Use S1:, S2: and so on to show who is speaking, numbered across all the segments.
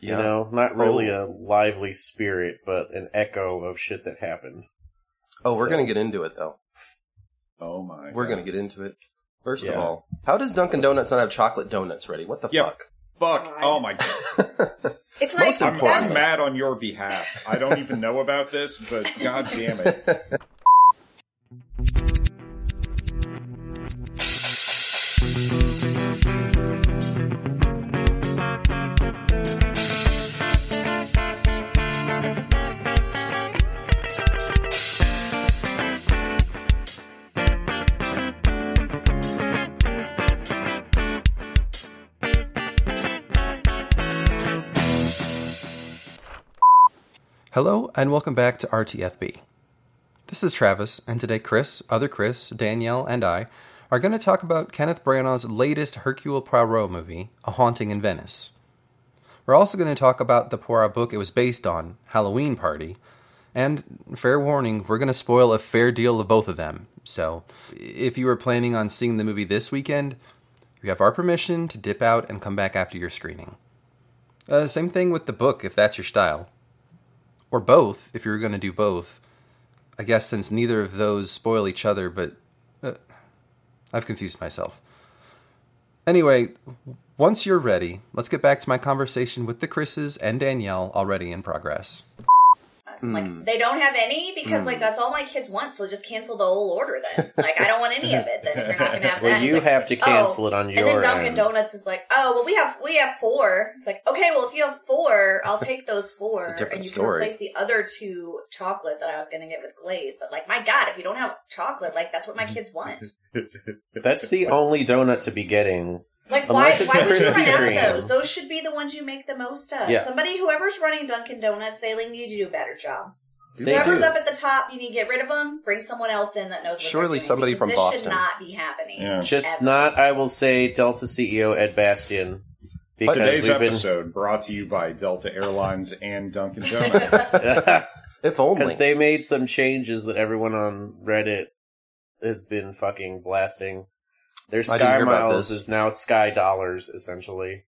S1: You know, not really
S2: Oh.
S1: a lively spirit, but an echo of shit that happened.
S2: Oh, we're
S1: So-
S2: gonna get into it though.
S3: Oh my.
S2: We're gonna get into it. First of
S1: Yeah.
S2: all, how does Dunkin' Donuts not have chocolate donuts ready? What the
S3: Yeah.
S2: fuck?
S3: Fuck.
S4: God.
S3: Oh my. God.
S4: It's
S2: Most
S4: like
S3: I'm,
S2: important.
S3: I'm
S4: that's,
S3: mad on your behalf. I don't even know about this, but god damn it.
S5: Hello, and welcome back to RTFB. This is Travis, and today Chris, other Chris, Danielle, and I are going to talk about Kenneth Branagh's latest Hercule Poirot movie, A Haunting in Venice. We're also going to talk about the Poirot book it was based on, Halloween Party, and fair warning, we're going to spoil a fair deal of both of them. So, if you were planning on seeing the movie this weekend, you have our permission to dip out and come back after your screening. Uh, same thing with the book if that's your style or both if you were going to do both i guess since neither of those spoil each other but uh, i've confused myself anyway once you're ready let's get back to my conversation with the chris's and danielle already in progress
S4: that's
S1: Mm.
S4: like they don't have any because like that's all my kids want. So just cancel the whole order then. Like I don't want any of it then. If you're not gonna have that,
S1: Well,
S4: It's
S1: you
S4: like,
S1: have to
S4: oh.
S1: cancel it on your
S4: And then Dunkin'
S1: end.
S4: Donuts is like, oh well, we have we have four. It's like, okay, well if you have four, I'll take those four,
S2: It's a different
S4: and you
S2: story.
S4: can replace the other two chocolate that I was gonna get with glaze. But like, my God, if you don't have chocolate, like that's what my kids want.
S1: That's the only donut to be getting.
S4: Like
S1: Unless
S4: why?
S1: it's
S4: Why
S1: a
S4: would you
S1: Krispy
S4: run out of
S1: Kreme.
S4: those? Those should be the ones you make the most of.
S1: Yeah.
S4: Somebody, whoever's running Dunkin' Donuts, they like, need to do a better job.
S1: They
S4: Whoever's
S1: do.
S4: up at the top, you need to get rid of them. Bring someone else in that knows. What they're
S2: Surely
S4: doing,
S2: somebody
S4: because
S2: from
S4: this
S2: Boston.
S4: should not be happening.
S3: Yeah.
S1: Just
S4: Ever.
S1: not, I will say, Delta CEO Ed Bastian. Because
S3: Today's
S1: we've been.
S3: episode brought to you by Delta Airlines and Dunkin' Donuts.
S2: if only.
S1: Because they made some changes that everyone on Reddit has been fucking blasting. Their
S2: didn't
S1: Sky
S2: hear about
S1: Miles
S2: this.
S1: is now Sky Dollars, essentially.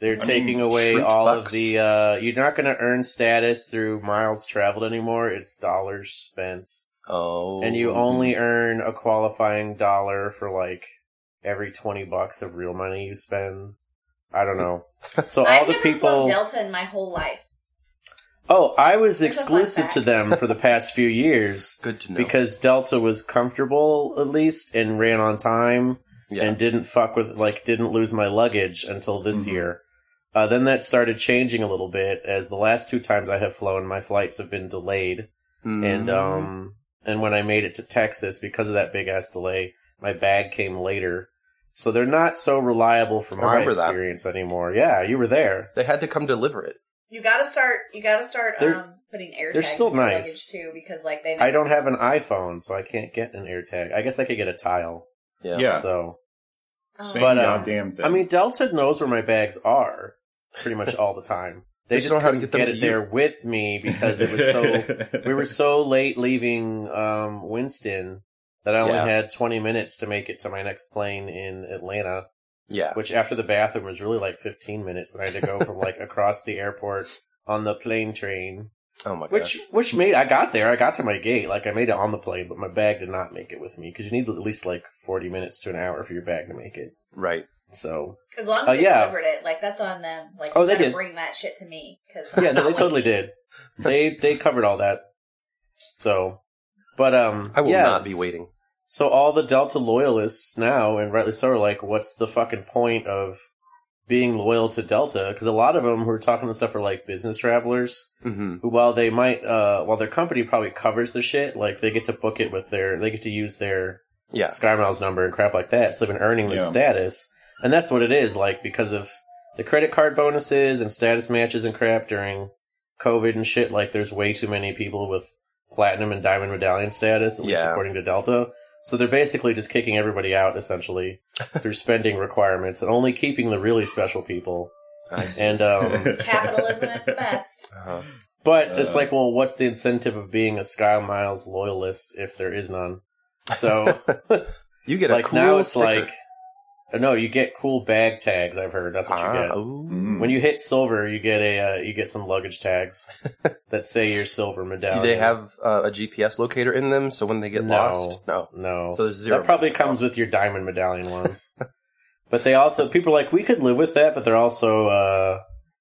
S1: They're
S3: I
S1: taking
S3: mean,
S1: away
S2: fruit
S1: all
S2: bucks.
S1: of the, uh, you're not gonna earn status through miles traveled anymore, it's dollars spent.
S2: oh,
S1: And you only earn a qualifying dollar for like every 20 bucks of real money you spend. I don't know. So all
S4: I've
S1: the
S4: never flown
S1: people.
S4: Delta in my whole life.
S1: Oh, I was
S4: There's a fun
S1: exclusive to
S4: fact.
S1: them for the past few years.
S2: good to know
S1: because Delta was comfortable at least and ran on time
S2: yeah.
S1: and didn't fuck with like didn't lose my luggage until this
S2: Mm-hmm.
S3: Mhm.
S1: year. Uh, then that started changing a little bit as the last two times I have flown, my flights have been delayed,
S2: Mm.
S1: and um, and when I made it to Texas because of that big ass delay, my bag came later. So they're not so reliable from
S2: I
S1: my
S2: remember that.
S1: experience anymore. Yeah, you were there.
S2: they had to come deliver it.
S4: You gotta start. You gotta start
S1: They're-
S4: um, putting air.
S1: they're
S4: tags
S1: still
S4: in your
S1: nice.
S4: luggage, too because like they.
S1: I don't have an iPhone, so I can't get an AirTag. I guess I could get a tile.
S2: Yeah.
S3: Yeah.
S1: So
S3: Same
S1: But, um,
S3: goddamn thing.
S1: I mean, Delta knows where my bags are pretty much all the time. They,
S2: They just
S1: just
S2: don't know how to
S1: couldn't
S2: get them
S1: get,
S2: to
S1: it
S2: you.
S1: there with me because it was so. we were so late leaving um, Winston that I only
S2: Yeah.
S1: had 20 minutes to make it to my next plane in Atlanta,
S2: Yeah.
S1: which after the bathroom was really like 15 minutes, and I had to go from like across the airport on the plane train,
S2: Oh my god.
S1: which which made I got there, I got to my gate, like I made it on the plane, but my bag did not make it with me because you need at least like 40 minutes to an hour for your bag to make it.
S2: right.
S1: So
S4: As long as
S1: Oh,
S4: they
S1: yeah.
S4: delivered it, like that's on them. Like
S1: Oh,
S4: you
S1: they
S4: gotta
S1: did.
S4: bring that shit to me because
S1: yeah, no, they totally did. They they covered all that. So, but um,
S2: I will
S1: yeah,
S2: not be
S1: s-
S2: waiting.
S1: So all the Delta loyalists now, and rightly so, are like, "What's the fucking point of being loyal to Delta?" Because a lot of them who are talking this stuff are like business travelers
S2: hmm
S1: who, while they might, uh, while their company probably covers the shit, like they get to book it with their, they get to use their
S2: Yeah.
S1: Sky Miles number and crap like that. So they've been earning this
S3: Yeah.
S1: status, and that's what it is like because of the credit card bonuses and status matches and crap during COVID and shit. Like, there's way too many people with platinum and diamond medallion status, at least
S2: Yeah.
S1: according to Delta. So they're basically just kicking everybody out essentially through spending requirements and only keeping the really special people.
S2: I see.
S1: And um,
S4: capitalism at the best.
S2: Uh-huh.
S1: But it's
S3: Uh.
S1: like, well, what's the incentive of being a Sky Miles loyalist if there is none? So
S2: You get a
S1: like
S2: cool
S1: now it's
S2: sticker.
S1: like Or no, you get cool bag tags. I've heard that's what you
S2: Ah,
S1: get.
S2: ooh.
S3: Mm.
S1: When you hit silver, you get a uh, you get some luggage tags that say your silver
S2: Do
S1: medallion.
S2: they have uh, a GPS locator in them? So when they get
S1: No.
S2: lost, no.
S1: no?
S2: So there's zero.
S1: that probably comes with your diamond medallion ones. but they also people are like we could live with that, but they're also uh,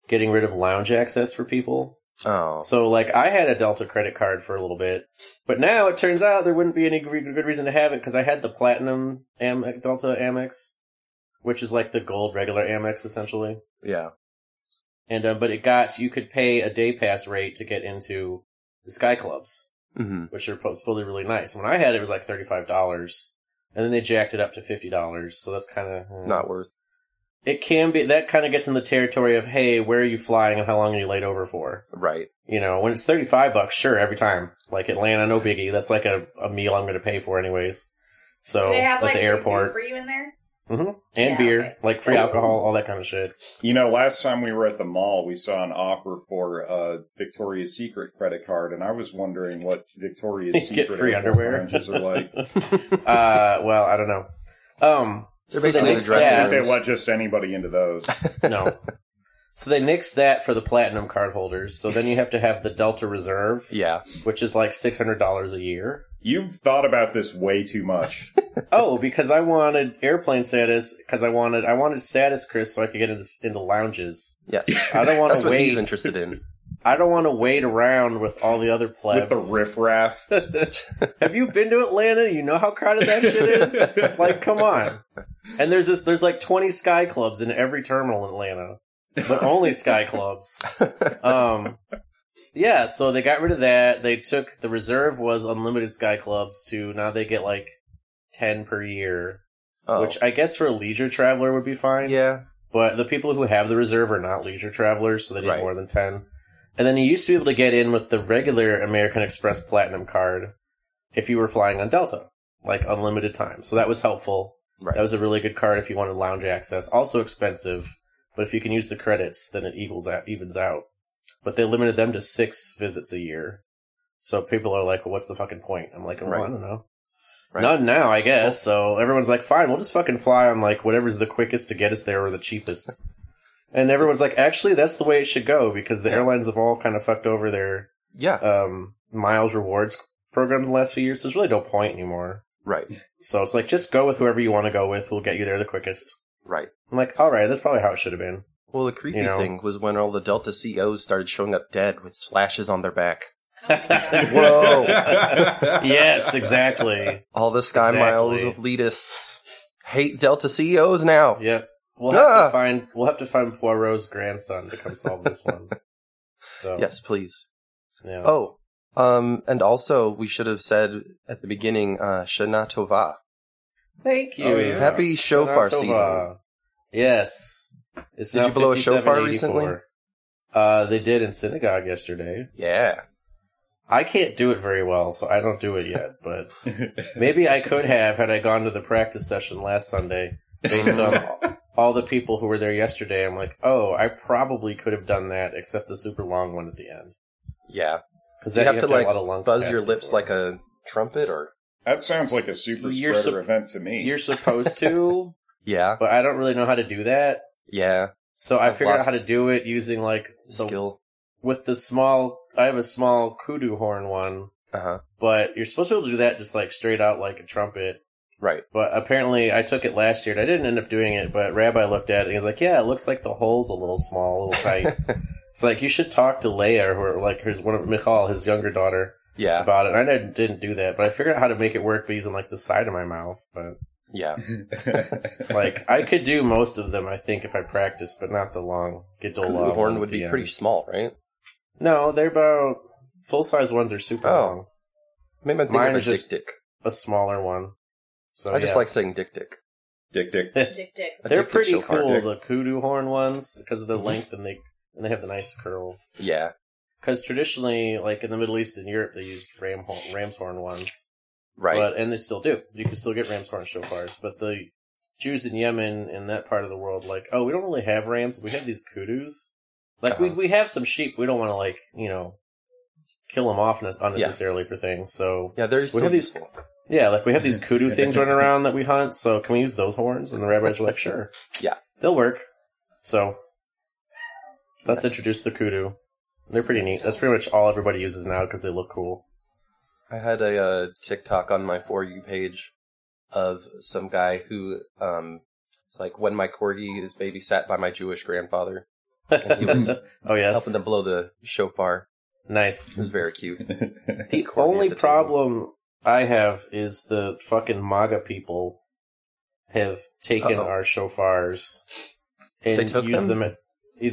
S1: getting rid of lounge access for people.
S2: Oh,
S1: So like I had a Delta credit card for a little bit, but now it turns out there wouldn't be any gre- good reason to have it because I had the platinum Am- Delta Amex, which is like the gold regular Amex essentially.
S2: yeah.
S1: And uh, but it got you could pay a day pass rate to get into the Sky Clubs,
S2: hmm
S1: which are po- supposedly really nice. When I had it, it was like thirty five dollars, and then they jacked it up to fifty dollars. So that's kind of
S2: Not worth.
S1: It can be that kind of gets in the territory of hey, where are you flying and how long are you laid over for?
S2: Right.
S1: You know, when it's 35 bucks, sure, every time. Like Atlanta, no biggie. That's like a, a meal I'm going to pay for anyways. So,
S4: Do they have
S1: Oh, at
S4: like
S1: the
S4: free
S1: airport.
S4: food for you in there.
S1: hmm And
S4: Yeah,
S1: beer,
S4: okay.
S1: like free
S3: Oh.
S1: alcohol, all that kind of shit.
S3: You know, last time we were at the mall, we saw an offer for a Victoria's Secret credit card, and I was wondering what Victoria's
S1: Get
S3: Secret
S1: free
S3: apple
S1: underwear.
S3: oranges are like.
S1: Uh, well, I don't know. Um,
S2: They're
S1: so they
S2: basically
S1: nixed
S2: the dressing
S1: that.
S2: room.
S3: they let just anybody into those.
S1: No. So they nixed that for the platinum card holders. So then you have to have the Delta Reserve,
S2: Yeah.
S1: which is like $600 a year.
S3: You've thought about this way too much.
S1: Oh, because I wanted airplane status, because I wanted, I wanted status, Chris, so I could get into, into lounges.
S2: Yeah.
S1: I don't want
S2: That's
S1: to
S2: what
S1: wait.
S2: he's interested in.
S1: I don't want to wait around with all the other
S3: With
S1: plebs.
S3: the riffraff.
S1: Have you been to Atlanta? You know how crowded that shit is. like, come on. And there's this, there's like 20 sky clubs in every terminal in Atlanta, but only sky clubs. Um, yeah. So they got rid of that. They took the reserve was unlimited sky clubs to now they get like 10 per year,
S2: Oh.
S1: which I guess for a leisure traveler would be fine.
S2: yeah.
S1: But the people who have the reserve are not leisure travelers, so they need
S2: Right.
S1: more than 10. And then you used to be able to get in with the regular American Express Platinum card if you were flying on Delta, like unlimited time. So that was helpful.
S2: Right.
S1: That was a really good card if you wanted lounge access. Also expensive, but if you can use the credits, then it equals out, evens out. But they limited them to six visits a year. So people are like, well, what's the fucking point? I'm like, well,
S2: Right.
S1: I don't know.
S2: Right.
S1: None now, I guess. So everyone's like, fine, we'll just fucking fly on like whatever's the quickest to get us there or the cheapest. and everyone's like, actually, that's the way it should go because the
S2: Yeah.
S1: airlines have all kind of fucked over their
S2: yeah.
S1: um, miles rewards program the last few years. So there's really no point anymore.
S2: right.
S1: So it's like, just go with whoever you want to go with. We'll get you there the quickest.
S2: Right.
S1: I'm like, all right, that's probably how it should have been.
S2: Well, the creepy
S1: You know.
S2: thing was when all the Delta CEOs started showing up dead with slashes on their back.
S4: Oh my God.
S2: Whoa.
S1: yes, exactly.
S2: All the sky miles
S1: Exactly.
S2: of elitists hate Delta CEOs now.
S1: Yep. We'll have
S2: Ah.
S1: to find we'll have to find Poirot's grandson to come solve this one. So
S2: Yes, please.
S1: yeah.
S2: Oh, um, and also we should have said at the beginning, uh, Shana Tova.
S1: thank you.
S3: Oh, yeah.
S2: Happy shofar
S1: Shana Tova.
S2: season.
S1: Yes. It's
S2: Did
S1: now
S2: you blow a shofar
S1: 57.84.
S2: recently?
S1: Uh, they did in synagogue yesterday.
S2: Yeah.
S1: I can't do it very well, so I don't do it yet. But maybe I could have had I gone to the practice session last Sunday. Based on all the people who were there yesterday, I'm like, oh, I probably could have done that, except the super long one at the end.
S2: Yeah.
S1: Because
S2: You
S1: that
S2: have to, like,
S1: have a lot of lung
S2: Buzz your
S1: capacity
S2: lips
S1: for.
S2: like a trumpet or.
S3: that sounds like a super
S1: You're
S3: spreader
S1: sup-
S3: event to me.
S1: You're supposed to,
S2: Yeah.
S1: but I don't really know how to do that.
S2: Yeah.
S1: So I
S2: I've
S1: figured out
S2: lost
S1: how to do it using like the
S2: Skill.
S1: with the small. I have a small kudu horn one,
S2: Uh huh.
S1: but you're supposed to be able to do that just like straight out like a trumpet.
S2: Right.
S1: But apparently, I took it last year and I didn't end up doing it. But Rabbi looked at it and he was like, "Yeah, it looks like the hole's a little small, a little tight." it's like you should talk to Leia, who are, like his one of Michal, his younger daughter,
S2: Yeah.
S1: about it. I didn't, didn't do that, but I figured out how to make it work by using like the side of my mouth. But
S2: Yeah.
S1: like I could do most of them, I think, if I practiced, but not the long. Get to
S2: Kudu
S1: long one
S2: horn
S1: at
S2: would
S1: the
S2: be
S1: end.
S2: pretty small, right?
S1: No, they're about full size ones are super
S2: Oh.
S1: long.
S2: Maybe I'm thinking
S1: Mine
S2: of a
S1: is just-
S2: dick dick.
S1: A smaller one. So
S2: I just
S1: yeah.
S2: like saying dick dick.
S3: Dick Dick.
S4: Dick, dick.
S2: A
S1: they're
S2: dick dick Mm-hmm.
S1: pretty
S2: show card.
S1: cool. The kudu horn ones because of their length and they and they have the nice curl.
S2: Yeah.
S1: Because traditionally, like in the Middle East and Europe, they used ram horn, ram's horn ones,
S2: Right.
S1: but and they still do. You can still get ram's horn shofars, but the Jews in Yemen and that part of the world, like, oh, we don't really have rams. We have these kudus. Like we
S2: Uh-huh.
S1: we have some sheep. We don't want to like you know kill them off nes- unnecessarily for things. So
S2: yeah, they're
S1: we have these Yeah, like we have these kudu things running around that we hunt, so can we use those horns? And the rabbis were like, sure.
S2: Yeah.
S1: They'll work. So let's introduce the kudu. They're pretty neat. That's pretty much all everybody uses now because they look cool.
S2: I had a uh, TikTok on my for you page of some guy who um, it's like when my corgi is babysat by my Jewish grandfather. And he was
S1: Oh, yes.
S2: helping to blow the shofar. This
S1: Nice.
S2: is very cute.
S1: The
S2: Corgi at
S1: only
S2: the table.
S1: problem I have is the fucking MAGA people have taken
S2: Uh-oh.
S1: our shofars and
S2: They took
S1: use
S2: them?
S1: them. at,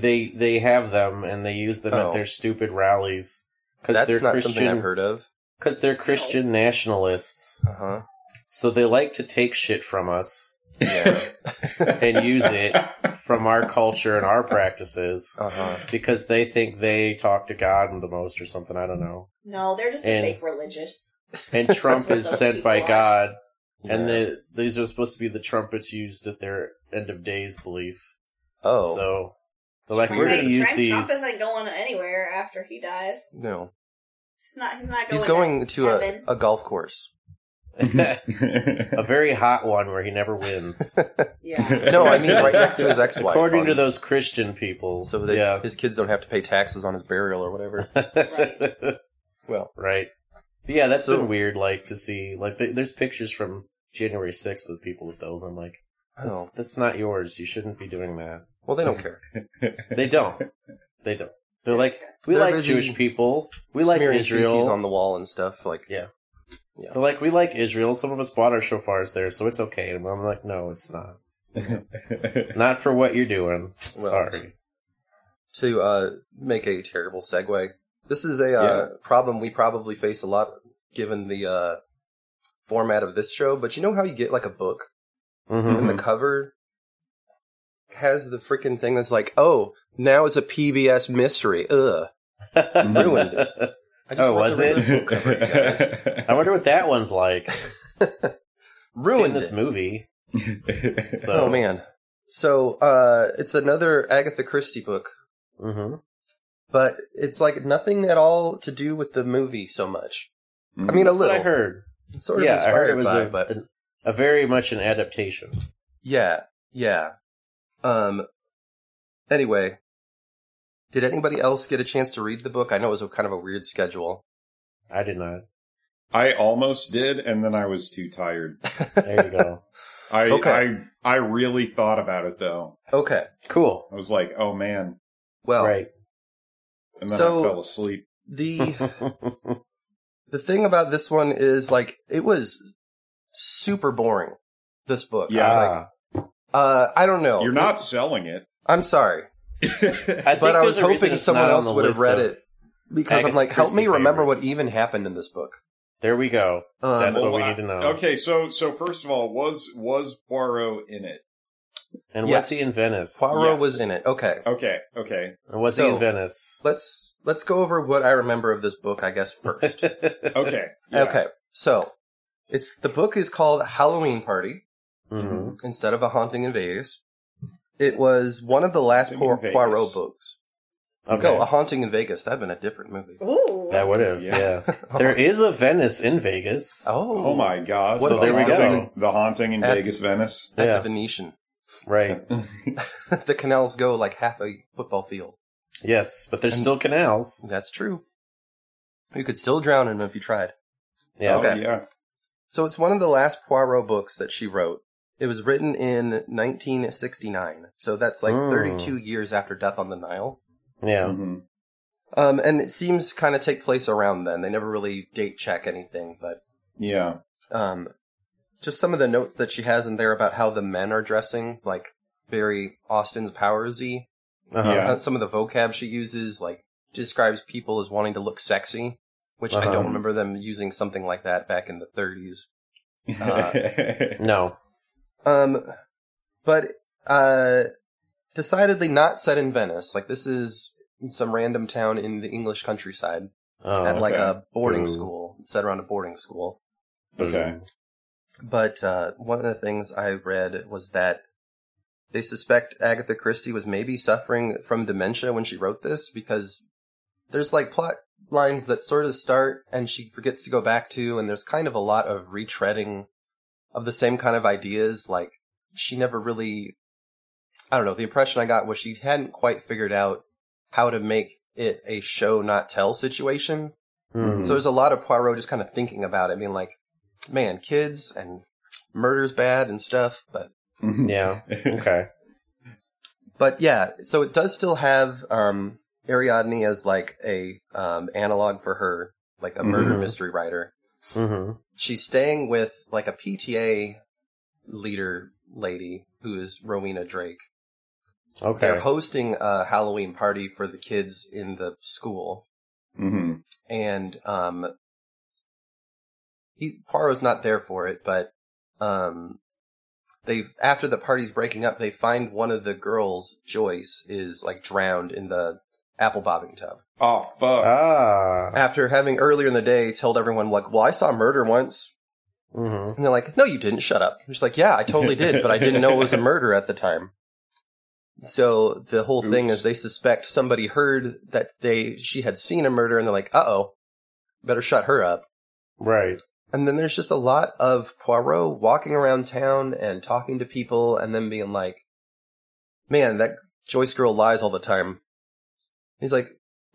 S1: they they have them and they use them
S2: Oh.
S1: at their stupid rallies because they're
S2: That's not something I've
S1: Christian
S2: heard of.
S1: because they're Christian nationalists.
S2: Uh huh.
S1: So they like to take shit from us
S2: Yeah.
S1: and use it from our culture and our practices
S2: Uh huh.
S1: because they think they talk to God the most or something. I don't know.
S4: No, they're just a
S1: And-
S4: fake religious.
S1: And Trump
S4: what
S1: is
S4: those
S1: sent by
S4: people are.
S1: God,
S2: Yeah.
S1: and the, these are supposed to be the trumpets used at their end of days belief.
S2: oh
S1: So they're like,
S4: Like,
S1: we're
S4: like,
S1: going to use
S4: Trent Trump
S1: these.
S4: isn't going anywhere after he dies.
S2: no,
S4: He's not. He's not going.
S2: he's going
S4: to
S2: to a,
S4: heaven.
S2: a golf course.
S1: a very hot one where he never wins,
S4: Yeah.
S2: No, I mean right next to his ex-wife.
S1: according
S2: on-
S1: to those Christian people.
S2: so they,
S1: yeah,
S2: his kids don't have to pay taxes on his burial or whatever.
S4: Right.
S2: Well,
S1: Right. Yeah, that's
S2: So-
S1: been weird. Like to see, like th- there's pictures from January 6th with people with those. I'm like, that's,
S2: oh.
S1: that's not yours. You shouldn't be doing that.
S2: well, they don't care.
S1: They don't. they don't. They're like, we
S2: They're
S1: like
S2: busy
S1: Jewish people. We like
S2: Smearing feces
S1: Israel.
S2: on the wall and stuff. Like,
S1: Yeah. They're like, we like Israel. Some of us bought our shofars there, so it's okay. And I'm like, no, it's not. Not for what you're doing.
S2: Well,
S1: Sorry.
S2: to uh, make a terrible segue. This is a uh, problem we probably face a lot given the uh, format of this show, but you know how you get like a book and
S1: hmm
S2: the cover has the freaking thing that's like, oh, now it's a PBS mystery. Ugh.
S1: Mm-hmm.
S2: ruined I read the
S1: Oh, was it?
S2: regular book cover, you guys.
S1: I wonder what that one's like. Ruin
S2: Ruined
S1: this
S2: it.
S1: movie. So,
S2: Oh, man. So uh, it's another Agatha Christie book,
S1: hmm
S2: but it's like nothing at all to do with the movie so much. I mean,
S1: That's
S2: a little.
S1: what I heard.
S2: It's Sort of
S1: yeah, I
S2: inspired
S1: heard it was
S2: by,
S1: a,
S2: but
S1: an- a very much an adaptation.
S2: Yeah, yeah. Um. Anyway, did anybody else get a chance to read the book? I know it was a kind of a weird schedule.
S1: I did not.
S3: I almost did, and then I was too tired.
S1: There you go.
S3: I
S2: Okay.
S3: I I really thought about it though.
S2: Okay.
S1: cool.
S3: I was like, oh man,
S2: Well,
S1: Right.
S3: and then
S2: So-
S3: I fell asleep.
S2: the the thing about this one is like it was super boring. This book.
S1: Ah.
S2: Like,
S1: yeah.
S2: uh, I don't know.
S3: You're not selling it.
S2: I'm sorry
S1: I think
S2: but I
S1: there's
S2: was
S1: a
S2: hoping
S1: reason it's
S2: someone
S1: not on
S2: else
S1: the
S2: would have
S1: list
S2: read
S1: of-
S2: it. because I'm
S1: Agatha
S2: like, help me
S1: Christie
S2: remember what
S1: favorites.
S2: even happened in this book.
S1: There we go.
S2: Um,
S1: That's what we
S3: I-
S1: need to know.
S3: Okay, so so first of all, was was Poirot in it?
S1: And
S2: Yes.
S1: was he in Venice?
S2: Poirot
S3: Yes.
S2: was in it. Okay.
S3: Okay, okay.
S1: And was he
S2: So-
S1: in Venice?
S2: let's let's go over what I remember of this book, I guess first.
S3: Okay.
S2: Okay, so it's the book is called Halloween Party
S1: hmm
S2: instead of A Haunting in Vegas. It was one of the last
S3: Haunting
S2: Poir-
S3: in Vegas.
S2: Poirot books.
S1: Okay.
S2: Go, A Haunting in Vegas. That'd been a different movie.
S4: Ooh.
S1: that would have. Yeah.
S3: Yeah.
S1: there is a Venice in Vegas.
S2: Oh,
S3: Oh my god.
S2: So
S3: the
S2: there we go.
S3: haunting, The haunting in
S2: At-
S3: Vegas, Venice.
S2: At
S1: Yeah.
S2: the Venetian,
S1: Right.
S2: the canals go like half a football field.
S1: Yes, but there's
S2: And-
S1: still canals.
S2: That's true. You could still drown in them if you tried.
S1: Yeah.
S2: Okay.
S3: Oh, yeah.
S2: So it's one of the last Poirot books that she wrote. It was written in 1969, so that's like
S1: Hmm.
S2: 32 years after Death on the Nile.
S1: Yeah.
S3: Mhm.
S2: Um, and it seems kind of take place around then. They never really date check anything, but
S3: Yeah.
S2: um, just some of the notes that she has in there about how the men are dressing, like very Austin's Powersy. Uh,
S1: Uh-huh.
S3: Yeah.
S2: Some of the vocab she uses, like describes people as wanting to look sexy, which I
S1: Uh-huh.
S2: don't remember them using something like that back in the 30s.
S1: Uh, No.
S2: Um, but uh, decidedly not set in Venice. Like this is in some random town in the English countryside
S1: Oh,
S2: at like a boarding
S1: Ooh.
S2: school, set around a boarding school.
S3: okay.
S2: But uh, one of the things I read was that they suspect Agatha Christie was maybe suffering from dementia when she wrote this because there's like plot lines that sort of start and she forgets to go back to, and there's kind of a lot of retreading of the same kind of ideas. Like she never really, I don't know. The impression I got was she hadn't quite figured out how to make it a show not tell situation.
S1: Mhm.
S2: So there's a lot of Poirot just kind of thinking about it, being like, man, kids and murder's bad and stuff, but
S3: Mm-hmm.
S1: yeah. Okay.
S2: but yeah, so it does still have um, Ariadne as like a um, analog for her, like a murder
S1: Mhm.
S2: mystery writer.
S1: hmm
S2: She's staying with like a PTA leader lady who is Rowena Drake. They're
S1: Okay.
S2: hosting a Halloween party for the kids in the school,
S3: hmm
S2: and um, he's Poirot's not there for it, but um, they after the party's breaking up, they find one of the girls, Joyce, is like drowned in the apple bobbing tub.
S3: Oh fuck!
S1: Ah.
S2: After having earlier in the day told everyone like, "Well, I saw murder once,"
S1: hmm
S2: and they're like, "No, you didn't. Shut up." She's like, "Yeah, I totally did, but I didn't know it was a murder at the time." So the whole thing
S3: Oops.
S2: is they suspect somebody heard that they she had seen a murder, and they're like, "Uh oh, better shut her up."
S1: Right.
S2: And then there's just a lot of Poirot walking around town and talking to people and then being like, man, that Joyce girl lies all the time. He's like,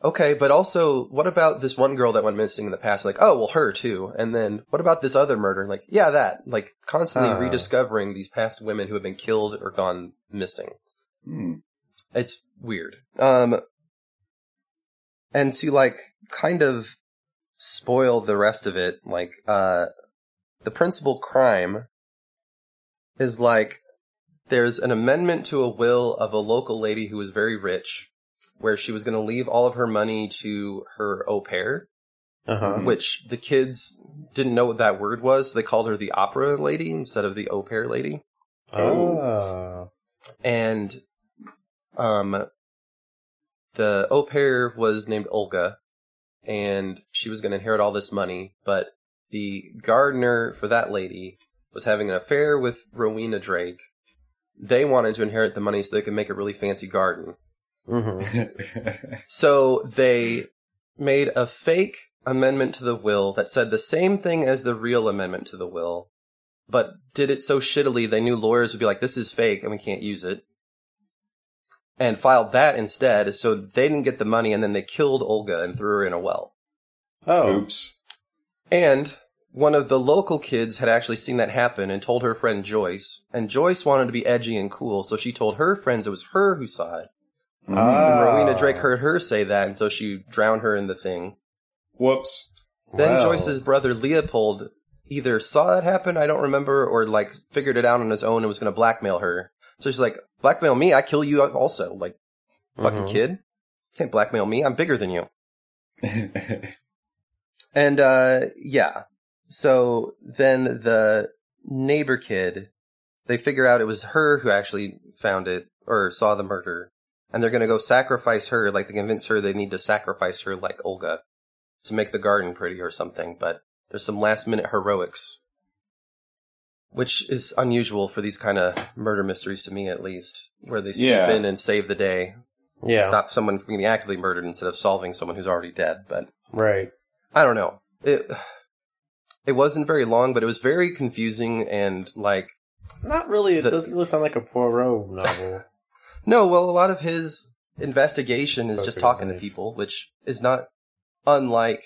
S2: okay, but also, what about this one girl that went missing in the past? Like, oh, well, her too. And then, what about this other murder? Like, yeah, that. Like, constantly
S1: Ah.
S2: rediscovering these past women who have been killed or gone missing.
S3: Hmm.
S2: It's weird. Um, and to like kind of spoil the rest of it, like, uh, the principal crime is like there's an amendment to a will of a local lady who was very rich where she was going to leave all of her money to her au pair,
S1: Uh huh.
S2: which the kids didn't know what that word was. So they called her the opera lady instead of the au pair lady
S1: Oh. Ah.
S2: Oh. and um the au pair was named Olga and she was going to inherit all this money but the gardener for that lady was having an affair with Rowena Drake they wanted to inherit the money so they could make a really fancy garden Mm-hmm.
S1: hmm
S2: so they made a fake amendment to the will that said the same thing as the real amendment to the will but did it so shittily they knew lawyers would be like, this is fake and we can't use it. And filed that instead, so they didn't get the money and then they killed Olga and threw her in a well.
S1: Oh.
S3: Oops.
S2: And one of the local kids had actually seen that happen and told her friend Joyce. And Joyce wanted to be edgy and cool, so she told her friends it was her who saw it.
S3: Mm-hmm.
S1: Ah.
S2: And Mm-hmm. Rowena Drake heard her say that, and so she drowned her in the thing.
S3: Whoops.
S2: Then
S1: Wow.
S2: Joyce's brother Leopold either saw it happen, I don't remember, or like figured it out on his own and was going to blackmail her. So she's like, blackmail me, I kill you also. Like, fucking
S1: Mhm.
S2: kid. Can't blackmail me, I'm bigger than you. And, uh, yeah. So then the neighbor kid, they figure out it was her who actually found it or saw the murder. And they're going to go sacrifice her, like they convince her they need to sacrifice her like Olga to make the garden pretty or something. But there's some last minute heroics, which is unusual for these kind of murder uh, mysteries to me at least, where they swoop
S3: Yeah.
S2: in and save the day,
S1: Yeah.
S2: stop someone from getting actively murdered instead of solving someone who's already dead. But
S1: Right.
S2: I don't know. It it wasn't very long, but it was very confusing and like
S1: Not really. It
S2: The-
S1: doesn't really sound like a Poirot novel.
S2: no, well, a lot of his investigation is just
S1: Okay,
S2: talking
S1: nice.
S2: to people, which is not unlike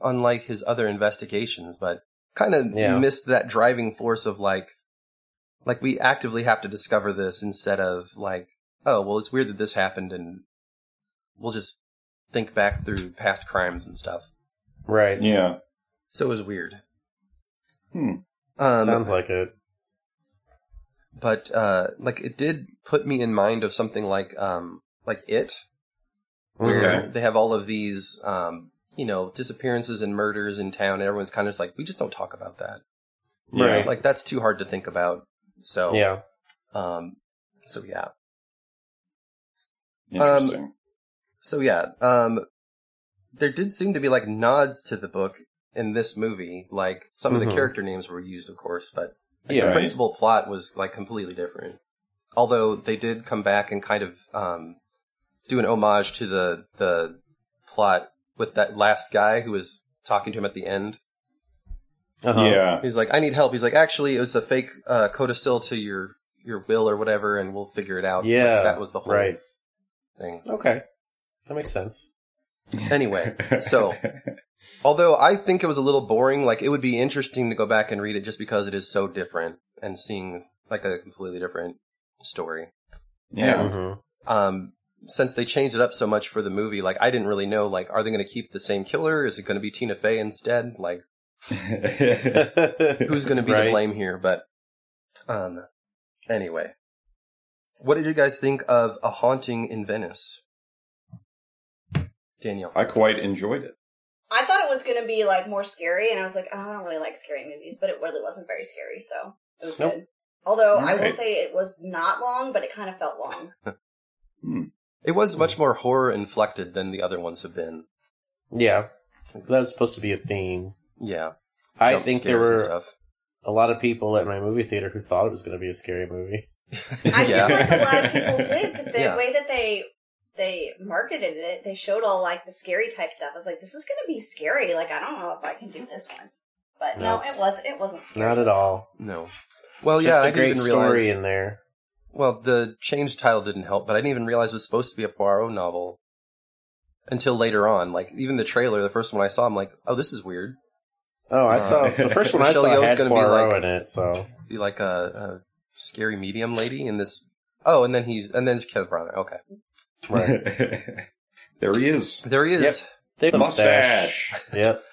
S2: unlike his other investigations, but kind of
S1: Yeah.
S2: missed that driving force of like like we actively have to discover this instead of like oh well it's weird that this happened and we'll just think back through past crimes and stuff.
S1: right.
S3: yeah.
S2: So it was weird.
S3: Hmm.
S2: Um,
S1: Sounds like it.
S2: but uh like it did put me in mind of something like um like it where
S1: Okay.
S2: they have all of these um you know disappearances and murders in town and everyone's kind of just like we just don't talk about that
S3: Yeah.
S1: Right.
S2: like that's too hard to think about so
S1: Mm-hmm. Yeah.
S2: um so yeah
S3: Interesting.
S1: Um,
S2: so yeah um there did seem to be like nods to the book in this movie like some of
S1: Mhm.
S2: the character names were used of course but like,
S1: Yeah.
S2: the
S3: Right.
S2: principal plot was like completely different. Although they did come back and kind of um, do an homage to the the plot with that last guy who was talking to him at the end.
S1: Uh-huh.
S3: Yeah.
S2: He's like, I need help. He's like, actually, it was a fake uh, codicil to your your will or whatever, and we'll figure it out.
S1: Yeah,
S2: Like, that was the whole
S1: Right.
S2: thing.
S1: Okay. That makes sense.
S2: Anyway, so although I think it was a little boring, like it would be interesting to go back and read it just because it is so different and seeing like a completely different story.
S3: yeah.
S1: hmm
S2: um, since they changed it up so much for the movie, like I didn't really know, like, are they going to keep the same killer? Is it going to be Tina Fey instead? Like, who's going to be to
S1: Right.
S2: blame here? But, um, anyway, what did you guys think of A Haunting in Venice? Danielle.
S3: I quite enjoyed it.
S4: I thought it was going to be like more scary, and I was like, oh, I don't really like scary movies, but it really wasn't very scary, so it was
S1: Nope.
S4: good. Although I will
S3: Alright.
S4: say it was not long, but it kind of felt long.
S2: It was much more horror inflected than the other ones have been.
S1: Yeah. That was supposed to be a theme.
S2: Yeah.
S1: I
S2: Jump
S1: think there
S2: scares and
S1: were
S2: Stuff.
S1: a lot of people at my movie theater who thought it was going to be a scary movie.
S4: I
S2: Yeah.
S4: feel like a lot of people did because the
S2: Yeah.
S4: way that they they marketed it, they showed all like the scary type stuff. I was like, this is going to be scary. Like I don't know if I can do this one, but no,
S1: Nope.
S4: it was it wasn't scary.
S1: Not at all.
S2: No. Well,
S1: Just
S2: yeah,
S1: a
S2: I
S1: great
S2: didn't even
S1: story
S2: realize.
S1: in there.
S2: Well, the changed title didn't help, but I didn't even realize it was supposed to be a Poirot novel until later on. Like even the trailer, the first one I saw, I'm like, oh, this is weird.
S1: Oh, I
S3: Uh,
S1: saw the first one I
S2: Michelle
S1: saw
S2: Yeoh's
S1: had
S2: gonna be
S1: Poirot
S2: like-
S1: in it, so
S2: Be like a, a scary medium lady in this. Oh, and then he's and then it's Kenneth Branagh. Okay,
S1: right.
S3: there he is.
S2: there he is.
S1: They have a mustache.
S3: Mustache.
S1: Yep.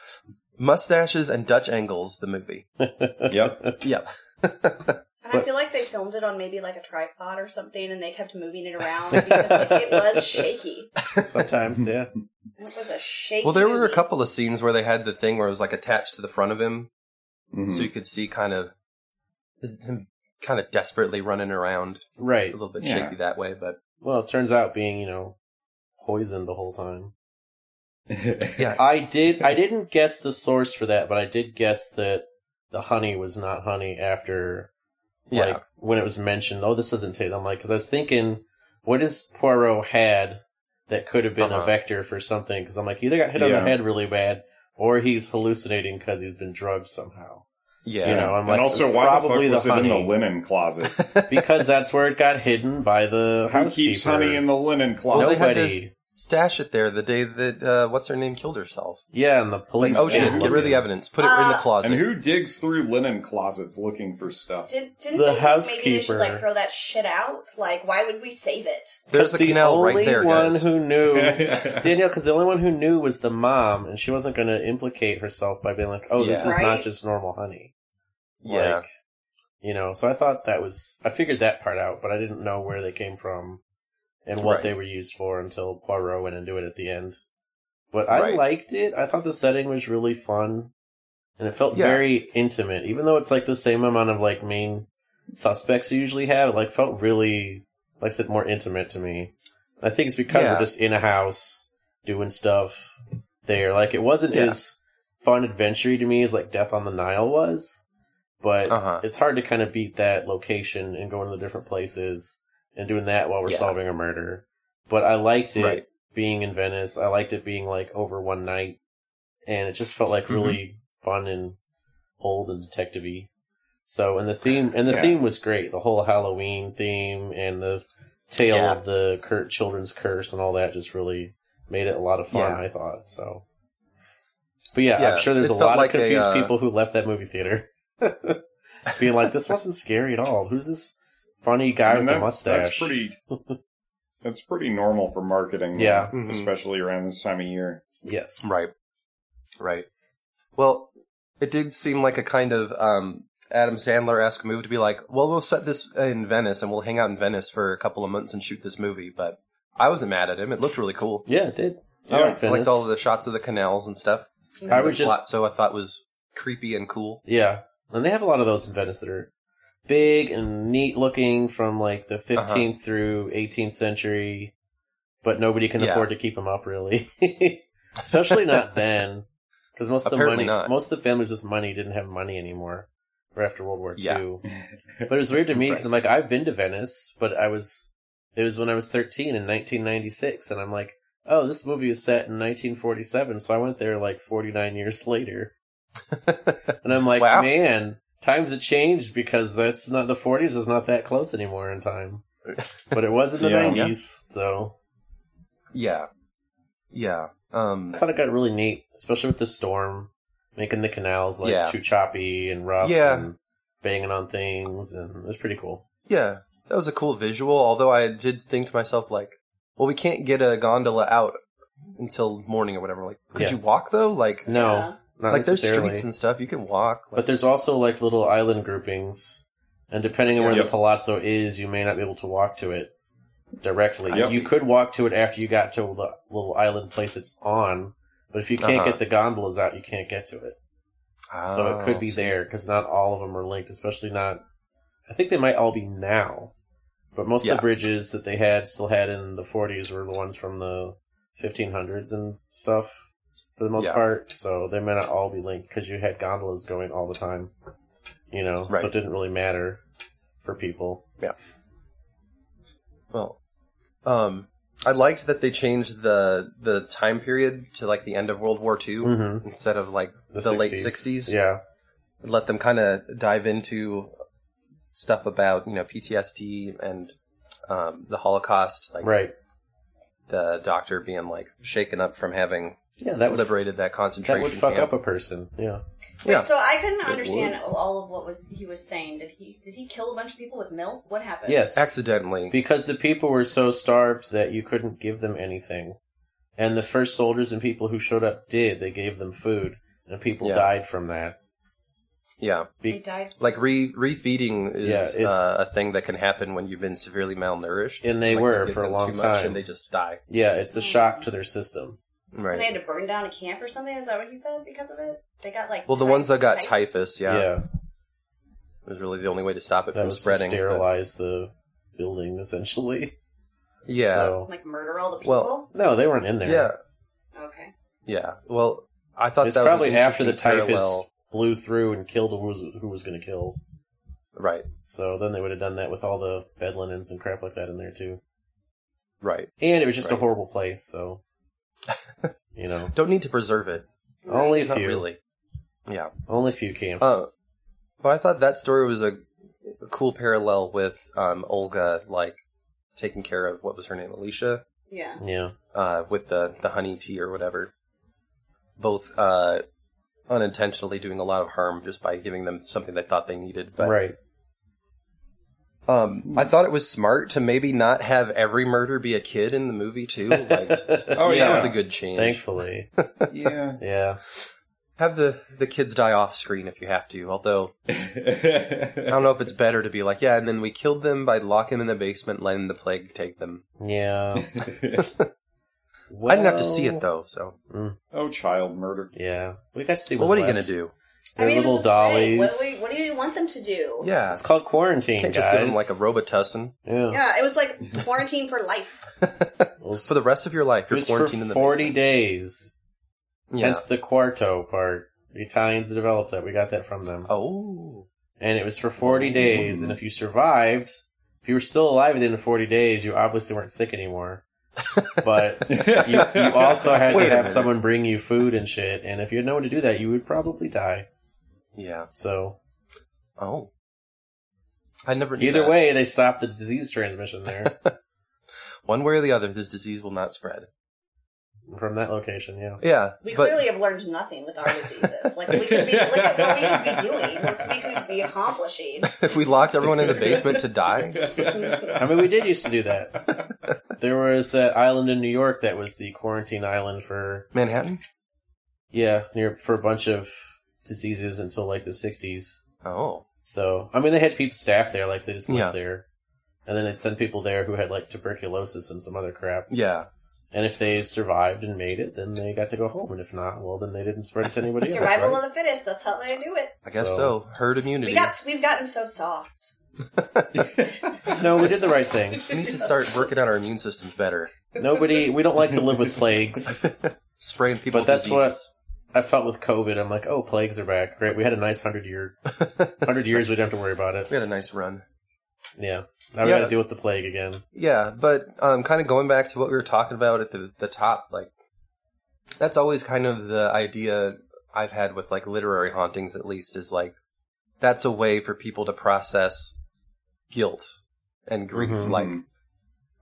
S2: Mustaches and Dutch angles. The movie.
S3: yep.
S2: Yep.
S4: And I
S1: But-
S4: feel like they filmed it on maybe like a tripod or something, and they kept moving it around because it, it was shaky.
S1: Sometimes, yeah.
S4: It was a shaky.
S2: Well, there were a
S4: movie.
S2: couple of scenes where they had the thing where it was like attached to the front of him,
S1: Mm-hmm.
S3: Mhm.
S2: so you could see kind of his- him kind of desperately running around, a
S1: Right.
S2: little bit
S3: Yeah.
S2: shaky that way, but.
S1: Well, it turns out being, you know, poisoned the whole time.
S2: Yeah,
S1: I did. I didn't guess the source for that, but I did guess that the honey was not honey after, like
S2: Yeah.
S1: when it was mentioned. Oh, this doesn't taste. I'm like, because I was thinking, what has Poirot had that could have been
S2: Uh-huh.
S1: a vector for something? Because I'm like, he either got hit on the
S3: Yeah.
S1: head really bad, or he's hallucinating because he's been drugged somehow.
S2: yeah.
S1: You know, I'm
S3: and
S1: like,
S3: also,
S1: it's
S3: why
S1: probably
S3: the fuck was
S1: the
S3: it in the
S1: honey.
S3: linen closet?
S1: because that's where it got hidden by the
S3: Who
S1: housekeeper.
S3: keeps honey in the linen
S2: Well,
S3: closet?
S2: they had to
S1: Nobody.
S2: s- stash it there the day that uh, what's her name killed herself.
S1: yeah, and the
S2: Like,
S1: police.
S2: oh
S1: didn't
S2: shit,
S1: look
S2: get rid of
S1: at
S2: the
S1: it.
S2: evidence, put it in the
S4: Uh,
S2: closet.
S3: and who digs through linen closets looking for stuff?
S4: Did, didn't
S1: The
S4: they think maybe they
S1: housekeeper-
S4: should like throw that shit out? Like, why would we save it?
S2: There's a
S1: the
S2: canal
S1: only
S2: right there,
S1: one
S2: guys.
S1: who knew Danielle, because the only one who knew was the mom, and she wasn't going to implicate herself by being like, "Oh, this
S2: Yeah.
S1: is not
S4: Right.
S1: just normal honey."
S2: yeah,
S1: Like, you know. So I thought that was I figured that part out, but I didn't know where they came from and what
S2: Right.
S1: they were used for until Poirot went into it at the end. But I
S2: Right.
S1: liked it. I thought the setting was really fun, and it felt
S2: Yeah.
S1: very intimate, even though it's like the same amount of like main suspects you usually have. It like felt really, like I said, more intimate to me. I think it's because
S2: Yeah.
S1: we're just in a house doing stuff there. Like it wasn't
S2: Yeah.
S1: as fun adventure to me as like Death on the Nile was, but
S2: Uh-huh.
S1: it's hard to kind of beat that location and going to the different places and doing that while we're
S2: Yeah.
S1: solving a murder. But I liked it
S2: right.
S1: being in Venice. I liked it being like over one night, and it just felt like
S2: Mhm.
S1: really fun and old and detective-y. So, and the theme and the
S3: Yeah.
S1: theme was great. The whole Halloween theme and the tale
S2: Yeah.
S1: of the cur- children's curse and all that just really made it a lot of fun.
S2: Yeah.
S1: I thought so. But yeah,
S2: Yeah,
S1: I'm sure there's
S2: it
S1: a
S2: felt
S1: lot
S2: like a,
S1: of confused
S2: uh,
S1: people who left that movie theater, being like, "This wasn't scary at all. Who's this funny guy
S3: I mean,
S1: with
S3: that-
S1: the mustache?"
S3: That's pretty. That's pretty normal for marketing,
S1: Yeah.
S2: Mhm.
S3: especially around this time of year.
S1: yes,
S2: Right. Right. Well, it did seem like a kind of um, Adam Sandler esque move to be like, well, we'll set this in Venice and we'll hang out in Venice for a couple of months and shoot this movie. But I wasn't mad at him. It looked really cool.
S1: Yeah, it did.
S3: Yeah,
S1: I liked
S2: I
S1: Venice.
S2: liked all the shots of the canals and stuff.
S1: I
S2: and the
S1: was just
S2: plot, so I thought was creepy and cool.
S1: Yeah. And they have a lot of those in Venice that are big and neat looking from like
S2: Uh-huh.
S1: the 15th through 18th century, but nobody can
S2: Yeah.
S1: afford to keep them up really. Especially not then. Because most of the
S2: Apparently
S1: money,
S2: not.
S1: most of the families with money didn't have money anymore or after World War
S2: Yeah.
S1: II. But it was weird to me because I'm like, I've been to Venice, but I was, it was when I was 13 in 1996, and I'm like, oh, this movie is set in 1947, so I went there like 49 years later. and I'm like,
S2: Wow.
S1: man, times have changed because that's not the 40s is not that close anymore in time. But it was in the
S3: Yeah.
S1: 90s, so
S2: Yeah. Yeah. Um,
S1: I thought it got really neat, especially with the storm making the canals like
S2: Yeah.
S1: too choppy and rough,
S2: Yeah.
S1: and banging on things, and it was pretty cool.
S2: yeah. That was a cool visual, although I did think to myself, like, well, we can't get a gondola out until morning or whatever. Like, could
S1: Yeah.
S2: you walk though? Like,
S1: No,
S4: Yeah.
S1: not
S2: like there's
S1: necessarily.
S2: streets and stuff. You can walk. Like,
S1: But there's also like little island groupings, and depending on where
S3: Yep.
S1: the palazzo is, you may not be able to walk to it directly.
S3: Yep.
S1: You could walk to it after you got to the little island place it's on, but if you can't
S2: Uh-huh.
S1: get the gondolas out, you can't get to it. so it could be
S2: Oh,
S1: there because not all of them are linked, especially not. I think they might all be now, but most of
S2: Yeah.
S1: the bridges that they had still had in the 40s were the ones from the 1500s and stuff for the most
S2: Yeah.
S1: part. So they may not all be linked because you had gondolas going all the time, you know.
S2: Right.
S1: So it didn't really matter for people.
S2: Well, um, I liked that they changed the the time period to like the end of World War II
S1: Mm-hmm.
S2: instead of like the, late '60s.
S1: yeah,
S2: let them kind of dive into stuff about you know PTSD and um, the Holocaust, like
S1: right.
S2: the doctor being like shaken up from having
S1: Yeah, that would
S2: liberated that
S1: that
S2: concentration
S1: would fuck
S2: camp.
S1: up a person. Yeah,
S4: Wait,
S2: Yeah.
S4: so I couldn't understand all of what was he was saying. Did he did he kill a bunch of people with milk? What happened?
S1: yes,
S2: accidentally.
S1: Because the people were so starved that you couldn't give them anything. And the first soldiers and people who showed up did. They gave them food. And people
S2: Yeah.
S1: died from that.
S2: yeah,
S4: He died.
S2: like re refeeding is
S1: Yeah, it's-
S2: uh, a thing that can happen when you've been severely malnourished,
S1: And they
S2: Like,
S1: were
S2: give
S1: for a
S2: them
S1: long
S2: too much
S1: time.
S2: and they just die.
S1: Yeah, it's a shock to their system.
S2: Right.
S4: And they had to burn down a camp or something. Is that what he said? Because of it, they got like
S2: well, the
S4: ty-
S2: ones that got typhus,
S1: Yeah.
S2: yeah, was really the only way to stop it
S1: that
S2: from
S1: was
S2: spreading.
S1: to
S2: but-
S1: sterilize the building, essentially.
S2: yeah,
S1: So,
S4: like murder all the people.
S2: Well-
S1: no, they weren't in there.
S2: yeah,
S4: okay.
S2: yeah. Well, I thought
S1: It's
S2: that was an
S1: probably after the
S2: interesting
S1: typhus
S2: parallel.
S1: blew through and killed who was, who was going to kill.
S2: Right,
S1: So then they would have done that with all the bed linens and crap like that in there, too.
S2: right.
S1: And it was just a
S2: Right.
S1: horrible place, so. You know,
S2: Don't need to preserve it.
S1: only a
S2: Not
S1: few.
S2: really. Yeah.
S1: Only a few camps.
S2: Uh, but I thought that story was a, a cool parallel with um, Olga, like taking care of what was her name, Alicia,
S4: Yeah.
S1: yeah.
S2: uh, with the the honey tea or whatever. Both uh, unintentionally doing a lot of harm just by giving them something they thought they needed. But
S1: right.
S2: um, I thought it was smart to maybe not have every murder be a kid in the movie too. Like,
S1: oh
S2: that
S3: yeah.
S2: was a good change.
S1: Thankfully.
S3: yeah.
S1: Yeah.
S2: Have the the kids die off screen if you have to. Although I don't know if it's better to be like, yeah, and then we killed them by locking them in the basement, letting the plague take them.
S1: Yeah.
S2: I didn't have to see it though, so.
S3: oh, child murder.
S1: Yeah. We got to see
S2: Well,
S1: what's
S2: what are you
S1: left.
S2: gonna do?
S1: They're little
S4: this is the thing.
S1: dollies.
S4: What do, we, what do you want them to do?
S2: Yeah,
S1: It's called quarantine,
S2: can't
S1: guys.
S2: just give them like a Robitussin
S1: yeah.
S4: Yeah, it was like quarantine for life.
S1: Well, it's-
S2: for the rest of your life.
S1: it
S2: You're
S1: was for
S2: quarantined in the
S1: 40
S2: basement.
S1: days.
S2: Yeah.
S1: Hence the quarto part. The Italians developed that. We got that from them.
S2: Oh,
S1: And it was for 40 days. And if you survived, if you were still alive at the end of 40 days, you obviously weren't sick anymore. But you, you also had
S2: Wait
S1: to
S2: a
S1: have
S2: minute.
S1: someone bring you food and shit, and if you had no one to do that, you would probably die.
S2: yeah.
S1: So
S2: Oh, I never. knew
S1: either
S2: that.
S1: way, they stopped the disease transmission there
S2: one way or the other, this disease will not spread.
S1: from that location. Yeah,
S2: Yeah,
S4: We
S2: but
S4: clearly have learned nothing with our diseases. Like we could be look at what we could be doing, what we could be accomplishing.
S2: if we locked everyone in the basement to die,
S1: I mean, we did used to do that. There was that island in New York that was the quarantine island for
S2: Manhattan.
S1: yeah near for a bunch of diseases until like the '60s.
S2: Oh,
S1: So I mean, they had people staff there, like they just lived
S2: Yeah.
S1: there, and then they'd send people there who had like tuberculosis and some other crap.
S2: yeah.
S1: And if they survived and made it, then they got to go home. And if not, well, then they didn't spread it to anybody else.
S4: Survival
S1: right?
S4: of the fittest. That's how they do it.
S2: I guess so.
S1: So-
S2: Herd immunity.
S4: We got we've gotten so soft.
S1: No, we did the right thing.
S2: we need to start working on our immune systems better.
S1: Nobody, we don't like to live with plagues.
S2: Spraying people.
S1: But
S2: with
S1: that's what-
S2: diseases.
S1: I felt with COVID, I'm like, oh, plagues are back. Great. We had a nice 100 year, 100 years, we don't have to worry about it.
S2: we had a nice run.
S1: Yeah. Now we
S2: Yeah.
S1: got to deal with the plague again.
S2: Yeah, but um, kind of going back to what we were talking about at the the top, like that's always kind of the idea I've had with like literary hauntings, at least, is like that's a way for people to process guilt and grief.
S1: Mhm.
S2: Like,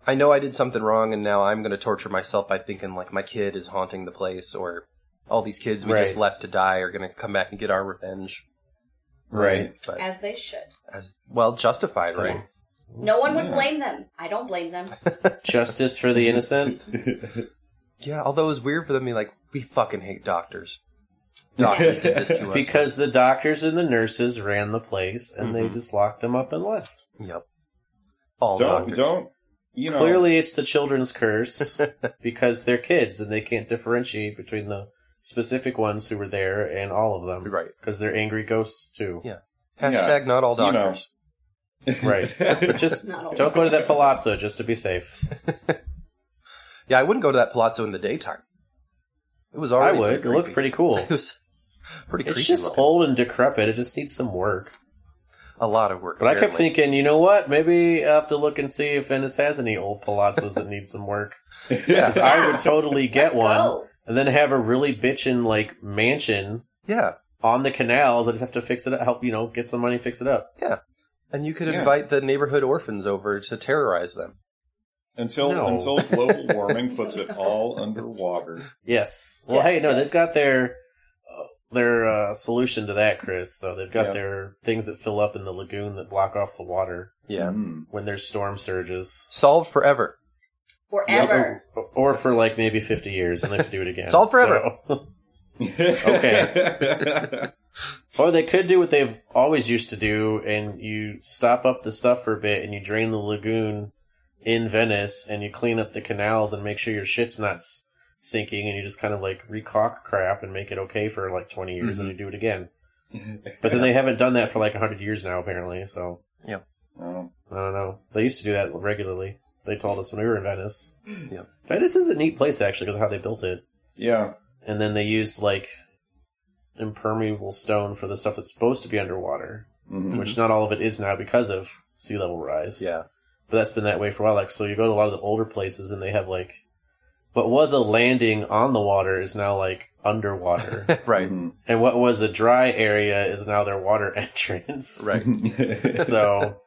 S2: I know I did something wrong, and now I'm going to torture myself by thinking like my kid is haunting the place, or all these kids we just
S1: Right.
S2: left to die are going to come back and get our revenge.
S1: Right.
S2: But
S4: as they should.
S2: as well justified,
S1: So-
S2: right?
S4: Yes. No one would
S3: Yeah.
S4: blame them. I don't blame them.
S1: Justice for the innocent.
S2: Yeah, although it was weird for them to be like, we fucking hate doctors. Doctors did this to us.
S1: because the doctors and the nurses ran the place and they just locked them up and left.
S2: Yep. All
S3: don't
S2: doctors.
S3: don't you know
S1: Clearly, it's the children's curse because they're kids and they can't differentiate between the specific ones who were there and all of them.
S2: Right.
S1: Because they're angry ghosts too.
S2: Yeah.
S3: Yeah.
S2: Hashtag not all
S3: You know.
S2: doctors.
S1: Right. But just
S4: Not all.
S1: don't go to that palazzo just to be safe.
S2: Yeah, I wouldn't go to that palazzo in the daytime. It was already
S1: I would. It
S2: pretty
S1: looked
S2: creepy.
S1: pretty cool.
S2: It was pretty creepy.
S1: It's just
S2: looking.
S1: old and decrepit. It just needs some work.
S2: a lot of work.
S1: But I kept
S2: apparently.
S1: thinking, you know what? Maybe I have to look and see if Ennis has any old palazzos that need some work. Because I would totally get
S4: Let's
S1: one,
S4: go.
S1: and then have a really bitchin' like mansion
S2: Yeah,
S1: on the canals. I just have to fix it up. Help you know, get some money, fix it up.
S2: and you could
S3: Yeah.
S2: invite the neighborhood orphans over to terrorize them.
S3: until
S1: No.
S3: until global warming puts it all underwater.
S1: Yes. Well,
S4: Yes,
S1: hey, no,
S4: yes.
S1: they've got their uh, their uh, solution to that, Chris. So they've got
S3: Yeah.
S1: their things that fill up in the lagoon that block off the water
S2: Yeah,
S3: Hmm.
S1: when there's storm surges.
S2: solved forever.
S4: Forever.
S1: Or, or for like maybe 50 years and they have to do it again.
S2: It's all forever.
S1: So- Okay. Or they could do what they've always used to do, and you stop up the stuff for a bit, and you drain the lagoon in Venice, and you clean up the canals and make sure your shit's not s- sinking, and you just kind of like recock crap and make it okay for like 20 years, and you do it again. But then they haven't done that for like 100 years now, apparently, so
S3: Oh.
S1: I don't know. They used to do that regularly. They told us when we were in Venice.
S2: Yeah.
S1: Venice is a neat place, actually, because of how they built it
S3: Yeah.
S1: and then they used like impermeable stone for the stuff that's supposed to be underwater,
S3: Mhm.
S1: which not all of it is now because of sea level rise.
S2: Mm-hmm. Yeah,
S1: But that's been that way for a while. Like, so you go to a lot of the older places and they have like what was a landing on the water is now like underwater.
S2: right,
S3: Mhm.
S1: and what was a dry area is now their water entrance.
S2: right.
S3: Mm-hmm.
S1: So,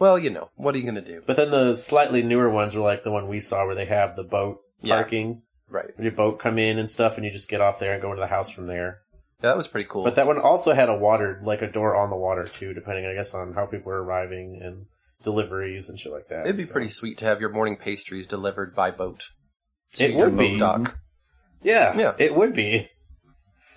S2: Well, you know, what are you going to do?
S1: but then the slightly newer ones were like the one we saw where they have the boat
S2: Yeah.
S1: parking,
S2: Right.
S1: your boat come in and stuff, and you just get off there and go to the house from there.
S2: Yeah, that was pretty cool.
S1: But that one also had a water, like a door on the water too, depending, I guess, on how people were arriving and deliveries and shit like that.
S2: It'd be
S1: so-
S2: pretty sweet to have your morning pastries delivered by boat. to
S1: It
S2: your
S1: would be.
S2: boat dock.
S1: Yeah,
S2: Yeah.
S1: it would be.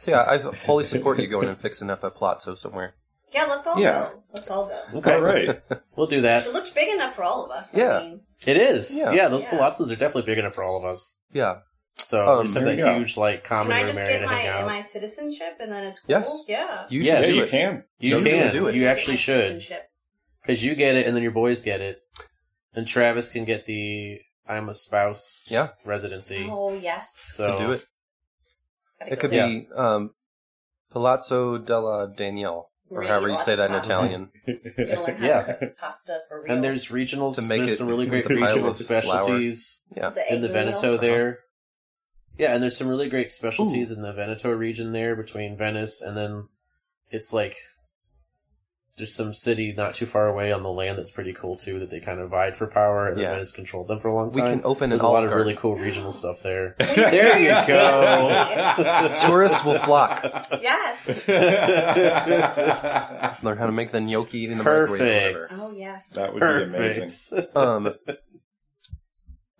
S2: So yeah, I fully support you going and fixing up a palazzo somewhere.
S4: Yeah, let's all
S3: Yeah.
S4: go. Let's all go.
S1: Okay,
S3: All right.
S1: we'll do that.
S4: It looks big enough for all of us.
S2: Yeah.
S4: I mean,
S1: It is.
S2: Yeah.
S1: Yeah, those
S4: Yeah.
S1: palazzos are definitely big enough for all of us.
S2: Yeah,
S1: So
S2: Um,
S1: we just have
S3: there
S1: that
S3: you go.
S1: huge, like,
S4: can
S1: common
S4: I
S1: room
S4: just
S1: area
S4: get
S1: to
S4: my
S1: hang out.
S4: my citizenship and then it's cool?
S2: Yes.
S4: Yeah.
S2: you
S1: Yes.
S3: Yeah,
S2: should do
S3: you
S2: it.
S3: can.
S1: you
S2: You're gonna
S1: can.
S2: do it.
S1: You
S4: Get my
S1: actually should.
S4: citizenship.
S1: Because you get it, and then your boys get it. And Travis can get the I'm a spouse
S2: Yeah.
S1: residency.
S4: Oh yes.
S1: So
S2: Could do it.
S4: Gotta
S2: It
S4: go
S2: could
S4: there.
S2: be um, Palazzo della Danielle, or
S4: Really
S2: however you say that in
S4: lots of
S2: Italian.
S4: We're gonna learn how
S1: Yeah.
S4: to cook pasta for real.
S1: And there's regional,
S2: To make
S1: there's
S2: it
S1: some really
S2: with
S1: great
S2: the pile
S1: regional
S2: of flour.
S1: specialties.
S2: Yeah,
S4: the
S1: in the
S4: egg meal.
S1: Veneto
S2: Uh-huh.
S1: there. Yeah, and there's some really great specialties in the Veneto region there between Venice and then it's like there's some city not too far away on the land that's pretty cool too that they kind of vied for power and then
S2: Yeah.
S1: Venice controlled them for a long
S2: we
S1: time.
S2: can open an
S1: there's a lot
S2: Olive
S1: of
S2: Garden.
S1: really cool regional stuff there.
S4: There
S1: you go.
S2: Tourists will flock.
S4: Yes.
S3: that
S2: Learn how to make the gnocchi in the microwave. or
S1: Perfect.
S4: Oh yes.
S3: would be amazing.
S1: Perfect.
S2: whatever. Um,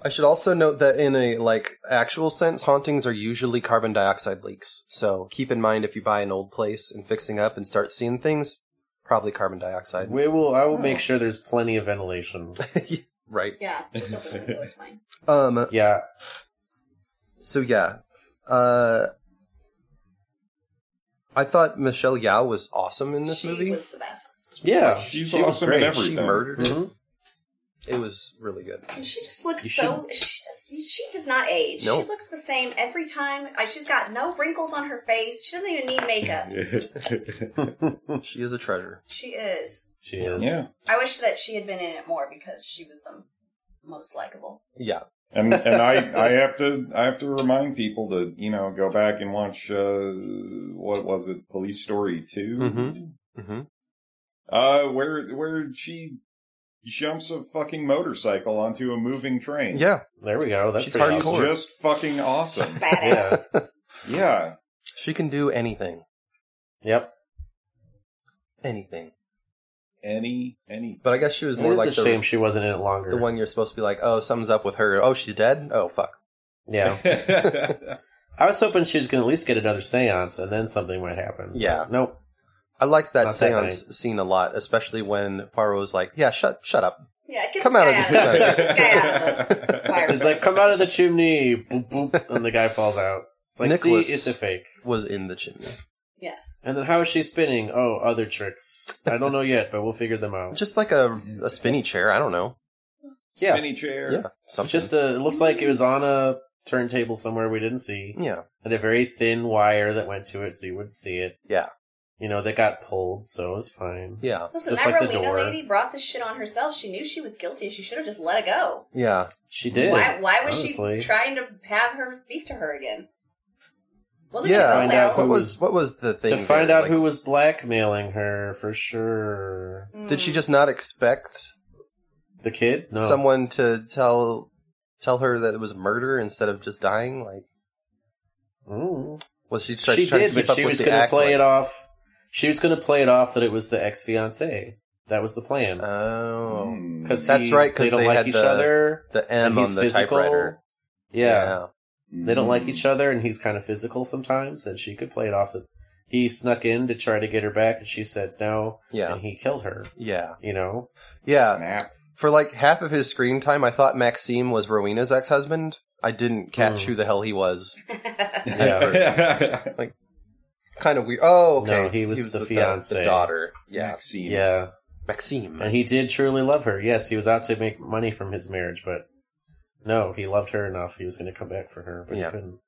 S2: I should also note that in a like actual sense, hauntings are usually carbon dioxide leaks. So keep in mind if you buy an old place and fixing up and start seeing things, probably carbon dioxide.
S1: we will I will make sure there's plenty of ventilation.
S2: right.
S4: Yeah. Just open the window. It's fine.
S2: Um.
S1: Yeah.
S2: So yeah, uh, I thought Michelle Yao was awesome in this
S4: she
S2: movie.
S4: was the best.
S1: Yeah. Mm-hmm.
S3: She's
S1: she was
S3: awesome in
S1: great.
S3: every-
S2: she
S3: everything.
S2: murdered it.
S1: Mhm.
S2: It was really good.
S4: And she just looks
S1: You
S4: so. She just. She does not aged.
S2: Nope.
S4: She looks the same every time. Like, she's got no wrinkles on her face. She doesn't even need makeup.
S2: She is a treasure.
S4: She is.
S1: She is.
S3: yeah.
S4: I wish that she had been in it more because she was the most likable.
S2: Yeah.
S3: and and I I have to I have to remind people to you know go back and watch uh, what was it Police Story 2
S5: Mhm. Mm-hmm.
S3: uh where where she jumps a fucking motorcycle onto a moving train
S2: Yeah.
S1: There we go. That's
S2: She's
S1: pretty
S3: She's
S1: awesome.
S2: hardcore.
S3: just fucking awesome
S4: Badass.
S3: yeah
S2: She can do anything.
S1: Yep.
S2: Anything.
S3: any any
S2: But I guess she was
S1: It
S2: more
S1: is
S2: like
S1: a
S2: the,
S1: shame she wasn't in it longer.
S2: the one you're supposed to be like, oh, something's up with her. Oh, she's dead? Oh, fuck.
S1: Yeah. I was hoping she was going to at least get another seance and then something might happen.
S2: Yeah.
S1: Nope.
S2: I liked that
S1: Not that
S2: seance scene a lot, especially when Poirot was like, yeah, shut shut up.
S4: yeah, get
S2: Come
S4: this
S2: out
S4: guy
S2: of the-
S4: out of Get this guy out of the fire.
S1: It's like, come out of the chimney. Boop, boop. And the guy falls out. It's like,
S2: Nicholas.
S1: see, it's a fake.
S2: Was in the chimney.
S4: Yes.
S1: And then how is she spinning? Oh, other tricks. I don't know yet, but we'll figure them out.
S2: Just like a, a spinny chair. I don't know.
S1: Yeah.
S3: spinny chair
S2: Yeah. Something.
S1: Just a, it looked like it was on a turntable somewhere we didn't see.
S2: yeah.
S1: And a very thin wire that went to it so you wouldn't see it.
S2: Yeah.
S1: You know, that got pulled, so it's fine.
S2: Yeah.
S4: Listen,
S1: Just
S4: that
S1: like the
S4: Rowena
S1: door.
S4: lady brought this shit on herself. She knew she was guilty. She should have just let it go.
S2: Yeah.
S1: She did.
S4: why? Why was
S1: honestly.
S4: she trying to have her speak to her again? Wasn't
S2: Yeah.
S4: she
S1: Find
S4: so
S1: out
S4: well?
S2: What was what was the thing?
S1: to find
S2: there?
S1: out
S2: Like,
S1: who was blackmailing her for sure.
S2: did she
S4: Mm.
S2: just not expect
S1: The kid? No.
S2: someone to tell tell her that it was murder instead of just dying? Like
S1: Mm.
S2: was she?
S1: She
S2: trying
S1: did,
S2: to keep
S1: but
S2: up
S1: she
S2: with
S1: was
S2: the
S1: going to
S2: act,
S1: play
S2: like-
S1: it off. She was going to play it off that it was the ex fiance. That was the plan.
S2: Oh,
S3: Hmm.
S1: Because
S2: That's right, 'cause
S1: they don't
S2: they
S1: like
S2: had
S1: each
S2: the-
S1: other.
S2: the
S1: and
S2: M
S1: Mm. he's
S2: on the
S1: physical.
S2: typewriter.
S1: yeah. They don't like each other, and he's kind of physical sometimes, and she could play it off that he snuck in to try to get her back, and she said no,
S2: Yeah.
S1: and he killed her.
S2: Yeah.
S1: You know?
S2: Yeah.
S3: Hmm. Snap.
S2: For like half of his screen time, I thought Maxime was Rowena's ex husband. I didn't catch
S1: Mm.
S2: who the hell he was.
S3: Yeah.
S2: Kind of weird. Oh, okay.
S1: No, he was the fiancé.
S2: daughter. Yeah.
S3: Maxine.
S1: Yeah.
S2: Maxime.
S1: And he did truly love her. Yes, he was out to make money from his marriage, but no, he loved her enough. He was going to come back for her, but
S2: Yeah.
S1: he couldn't.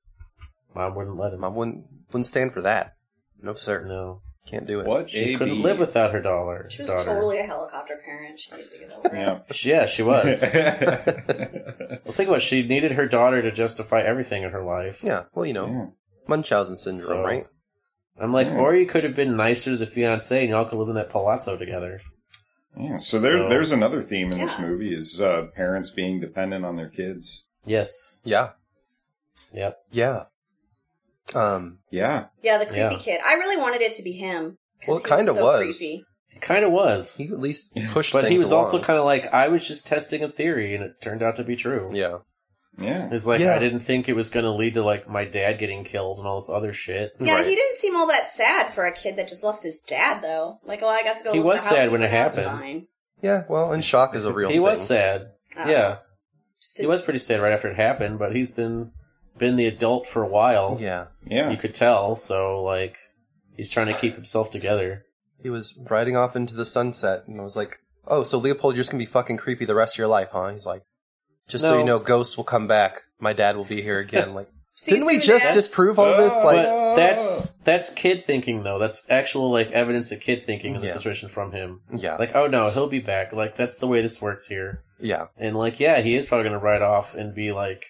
S1: Mom wouldn't let him.
S2: I wouldn't, wouldn't stand for that. No, sir.
S1: No,
S2: Can't do it.
S3: What?
S1: she
S3: AB?
S1: couldn't live without her dollar.
S4: She was
S1: daughter.
S4: totally a helicopter parent. She didn't think of the word.
S3: Yeah.
S1: Yeah, she was. well, think about it. She needed her daughter to justify everything in her life.
S2: Yeah, well, you know,
S3: Yeah.
S2: Munchausen syndrome,
S1: So-
S2: right?
S1: I'm like,
S3: Yeah.
S1: or you could have been nicer to the fiance, and y'all could live in that palazzo together.
S3: Yeah, so there,
S1: So-
S3: there's another theme in this
S4: Yeah.
S3: movie is uh, parents being dependent on their kids.
S1: Yes.
S2: Yeah,
S1: Yep.
S2: yeah. Um,
S3: Yeah,
S4: Yeah, the creepy
S1: Yeah.
S4: kid. I really wanted it to be him. 'cause
S2: Well, it
S4: he
S2: kinda
S4: so
S2: was.
S4: creepy.
S1: It kind of was,
S2: he at least pushed,
S1: but he
S2: things
S1: was
S2: along.
S1: also kind of like, I was just testing a theory, and it turned out to be true.
S2: yeah,
S3: yeah.
S1: It's like
S2: Yeah.
S1: I didn't think it was going to lead to like my dad getting killed and all this other shit.
S4: Yeah,
S2: Right.
S4: he didn't seem all that sad for a kid that just lost his dad, though. Like, well, I guess go.
S1: He
S4: look
S1: was
S4: at the house
S1: sad when it
S4: that's
S1: happened.
S4: fine.
S2: yeah. Well, and shock is a real.
S1: He
S2: thing.
S1: was sad.
S4: Uh,
S1: yeah,
S4: just
S1: he
S4: didn't-
S1: was pretty sad right after it happened, but he's been been the adult for a while.
S2: Yeah,
S1: you
S3: Yeah.
S1: could tell. So like, he's trying to keep himself together.
S2: he was riding off into the sunset, and I was like, "Oh, so Leopold, you're just gonna be fucking creepy the rest of your life, huh?" He's like, "Just so
S1: No.
S2: you know, ghosts will come back. My dad will be here again." Like,
S4: See you
S2: didn't we
S4: soon,
S2: just
S4: Dad.
S2: disprove all this?
S3: Uh,
S2: Like,
S1: But that's that's kid thinking though. That's actual like evidence of kid thinking in the
S2: Yeah.
S1: situation from him.
S2: yeah,
S1: Like, oh no, he'll be back. Like that's the way this works here.
S2: yeah,
S1: And like, yeah, he is probably going to ride off and be like,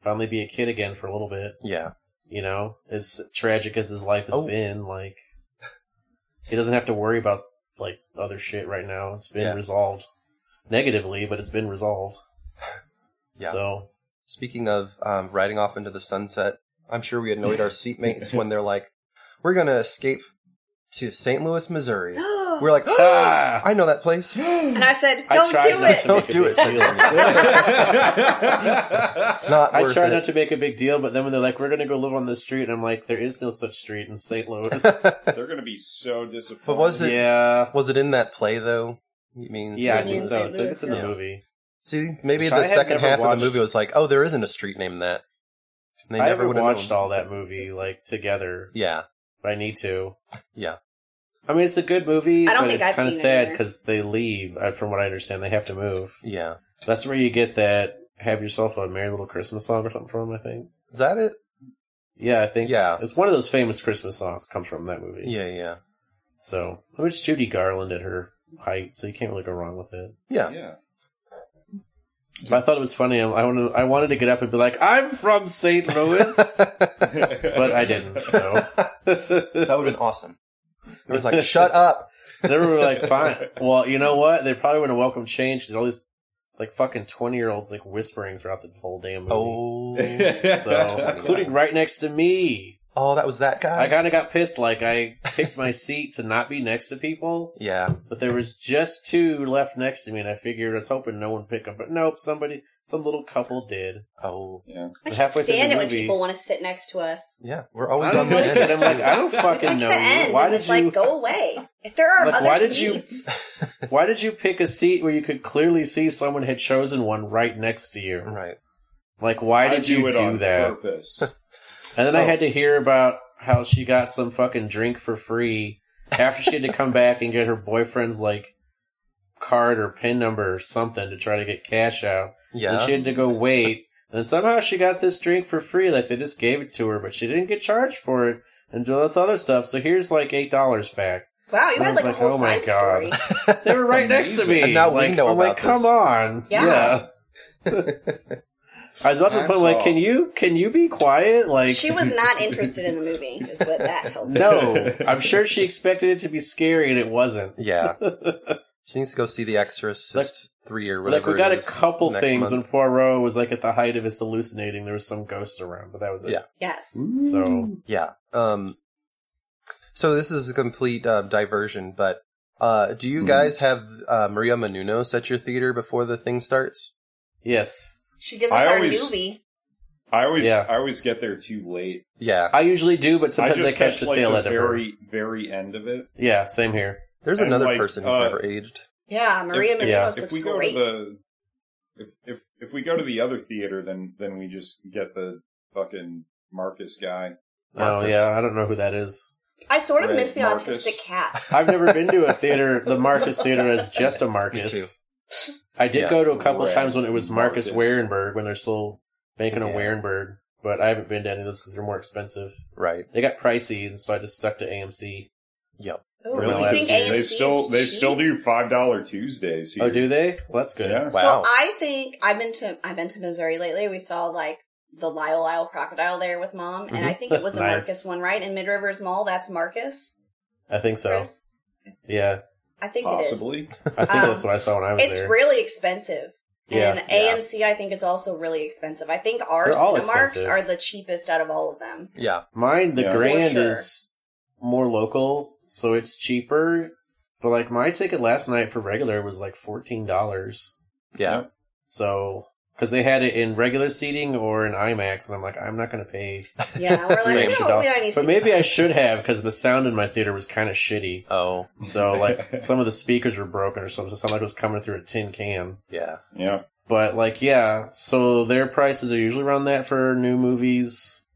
S1: finally be a kid again for a little bit.
S2: yeah.
S1: you know, as tragic as his life has
S2: Oh.
S1: been, like he doesn't have to worry about like other shit right now. It's been
S2: Yeah.
S1: resolved negatively, but it's been resolved.
S2: Yeah.
S1: So
S2: Speaking of um, riding off into the sunset, I'm sure we annoyed our seatmates when they're like, "We're gonna escape to St. Louis, Missouri." We're like,
S1: ah,
S2: "I know that place."
S4: And I said,
S1: I
S4: "Don't
S1: tried
S4: do
S1: not
S4: it."
S1: to make
S2: Don't do
S1: a
S2: it,
S1: big deal.
S2: Not
S1: I
S2: worth
S1: tried
S2: it.
S1: not to make a big deal, but then when they're like, "We're gonna go live on this street," and I'm like, "There is no such street in St. Louis."
S3: They're going to be so disappointed.
S2: But was it-
S1: yeah,
S2: Was it in that play though? You mean?
S1: yeah, I
S4: St.
S1: think
S4: Louis,
S1: so.
S4: St.
S1: It's, like it's in the
S2: Louis, yeah.
S1: movie.
S2: See, maybe
S1: Which I
S2: the
S1: had
S2: second
S1: never
S2: half of
S1: watched.
S2: the movie was like, "Oh, there isn't a street named that." And they
S1: I
S2: never
S1: never
S2: would have
S1: watched
S2: known.
S1: all that movie like together,
S2: Yeah,
S1: but I need to.
S2: yeah,
S1: I mean, it's a good movie,
S4: I don't
S1: but
S4: think
S1: it's
S4: I've
S1: kind of
S4: seen it
S1: sad
S4: either.
S1: because they leave. uh, From what I understand, they have to move.
S2: yeah,
S1: That's where you get that Have Yourself a Merry Little Christmas song or something from, I think.
S2: Is that it?
S1: Yeah, I think.
S2: Yeah.
S1: It's one of those famous Christmas songs comes from that movie.
S2: Yeah, yeah,
S1: So, I mean, it's Judy Garland at her height, so you can't really go wrong with it.
S2: yeah.
S3: Yeah.
S1: But I thought it was funny. I, I, wanted, I wanted to get up and be like, I'm from St. Louis, but I didn't, so.
S2: That would have been awesome. It was like, shut up.
S1: They were like, fine. Well, you know what? They probably would have welcomed change because all these like fucking twenty year olds like whispering throughout the whole damn movie.
S2: Oh,
S1: so including right next to me.
S2: oh, that was that guy.
S1: I kind of got pissed. Like I picked my seat to not be next to people,
S2: yeah,
S1: but there was just two left next to me, and I figured I was hoping no one would pick up, but nope, somebody, some little couple did.
S2: oh,
S3: yeah.
S4: I can't
S1: halfway through
S4: stand
S1: the
S4: it when
S1: movie-
S4: people want to sit next to us.
S2: yeah. We're always
S1: I
S2: on
S1: don't
S2: the
S1: like it.
S2: edge.
S1: I'm like, I don't
S4: Like at
S1: fucking
S4: the
S1: know
S4: end,
S1: you. Why
S4: and
S1: did
S4: it's
S1: you?
S4: like go away. If there are
S1: Like,
S4: other
S1: why did you-
S4: seats,
S1: Why did you pick a seat where you could clearly see someone had chosen one right next to you?
S2: right.
S1: Like, why
S3: I
S1: did you
S3: it
S1: do
S3: on
S1: that?
S3: Purpose.
S1: And then I
S2: Oh.
S1: had to hear about how she got some fucking drink for free after she had to come back and get her boyfriend's like card or pin number or something to try to get cash out.
S2: Yeah.
S1: And she had to go wait. And somehow she got this drink for free, like they just gave it to her, but she didn't get charged for it and do all this other stuff. So here's like eight dollars back.
S4: wow, you
S1: I
S4: had
S1: was
S4: like,
S1: like,
S4: a whole
S1: oh my
S4: side
S1: God.
S4: story.
S1: They were right next to me.
S2: And now we
S1: like,
S2: know
S1: I'm
S2: about
S1: like, come
S2: this.
S1: on.
S4: Yeah.
S1: I was about to
S3: That's
S1: put like,
S3: all.
S1: can you can you be quiet? Like
S4: she was not interested in the movie, is what that tells me.
S1: No, I'm sure she expected it to be scary, and it wasn't.
S2: yeah. She needs to go see The Exorcist
S1: Like-
S2: three or
S1: Like
S2: whatever.
S1: we got
S2: it
S1: a
S2: is
S1: couple
S2: next
S1: things
S2: month.
S1: when Poirot was like at the height of his hallucinating. There was some ghost around, but that was it.
S2: Yeah.
S4: Yes.
S1: So
S2: Yeah. Um. So this is a complete uh, diversion, but uh, do you
S3: Mhm.
S2: guys have uh, Maria Menounos at your theater before the thing starts?
S1: yes,
S4: She gives us
S3: I
S4: our
S3: always-
S4: newbie.
S3: I always,
S1: Yeah.
S3: I always get there too late.
S2: Yeah.
S1: I usually do, but sometimes I,
S3: just
S1: catch the
S3: like,
S1: tail
S3: the
S1: end of her.
S3: very, very end of it.
S1: Yeah, same here.
S2: There's
S3: and
S2: another
S3: like,
S2: person who's
S3: uh,
S2: never aged.
S4: Yeah, Maria
S3: If-
S4: Menounos
S1: yeah.
S4: looks
S3: if we go
S4: great.
S3: to the if, if if we go to the other theater, then then we just get the fucking Marcus guy.
S1: Oh
S2: Marcus.
S1: yeah, I don't know who that is.
S4: I sort of
S3: Red
S4: miss the
S3: Marcus.
S4: autistic cat.
S1: I've never been to a theater. The Marcus Theater as just a Marcus.
S2: Me too.
S1: I did
S2: Yeah.
S1: go to a couple
S3: Red
S1: times when it was Marcus,
S3: Marcus.
S1: Warenberg when they're still making a
S2: Yeah.
S1: Warenberg, but I haven't been to any of those because they're more expensive.
S2: Right.
S1: They got pricey, and so I just stuck to AMC.
S2: Yep.
S4: Ooh,
S1: Really?
S4: Oh, you think
S1: They
S4: AMC
S3: they
S4: is
S3: still they
S4: cheap?
S3: still do five dollar Tuesdays. Here.
S1: Oh, do they? Well, that's good.
S3: Yeah.
S2: Wow.
S4: So I think I've been to I've been to Missouri lately. We saw like the Lyle Lyle crocodile there with mom, and I think it was a
S1: Mm-hmm. Nice.
S4: Marcus one, right? In Mid Rivers Mall, that's Marcus.
S1: I think so.
S4: Chris?
S1: Yeah,
S4: I think it is.
S3: possibly.
S1: I think
S4: Um,
S1: that's what I saw when I was
S4: It's
S1: there.
S4: really expensive.
S1: Yeah,
S4: and
S2: yeah.
S4: AMC I think is also really expensive. I think our
S1: They're all
S4: Cinemarks
S1: expensive.
S4: are the cheapest out of all of them.
S2: Yeah.
S1: Mine, the
S3: Yeah.
S1: Grand
S4: For sure.
S1: is more local, so it's cheaper. But like my ticket last night for regular was like fourteen dollars.
S2: Yeah.
S1: So because they had it in regular seating or in IMAX, and I'm like, I'm not going to pay.
S4: Yeah, we're like,
S1: Same
S4: we
S1: shit,
S4: don't, we
S1: dog.
S4: don't need
S1: But maybe I should have because the sound in my theater was kind of shitty.
S2: Oh.
S1: So like some of the speakers were broken or something. It sounded like it was coming through a tin can.
S2: Yeah.
S3: Yeah.
S1: But like, yeah, so their prices are usually around that for new movies